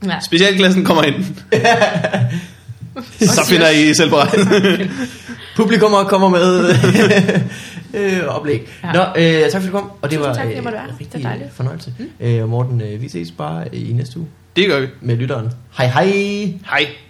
Speaker 2: Ja.
Speaker 3: Specialklassen kommer ind. så finder I selv bare.
Speaker 1: Publikum også kommer med øh, oplæg.
Speaker 2: Ja.
Speaker 1: Nå, øh, tak fordi du kom. Og det
Speaker 2: Tusind
Speaker 1: var
Speaker 2: tak, jeg måtte være her.
Speaker 1: en
Speaker 2: Det var
Speaker 1: rigtig
Speaker 2: dejligt.
Speaker 1: fornøjelse. Mm. Øh, og Morten, øh, vi ses bare øh, i næste uge
Speaker 3: det gør vi.
Speaker 1: med lytteren. Hej hej!
Speaker 3: Hej.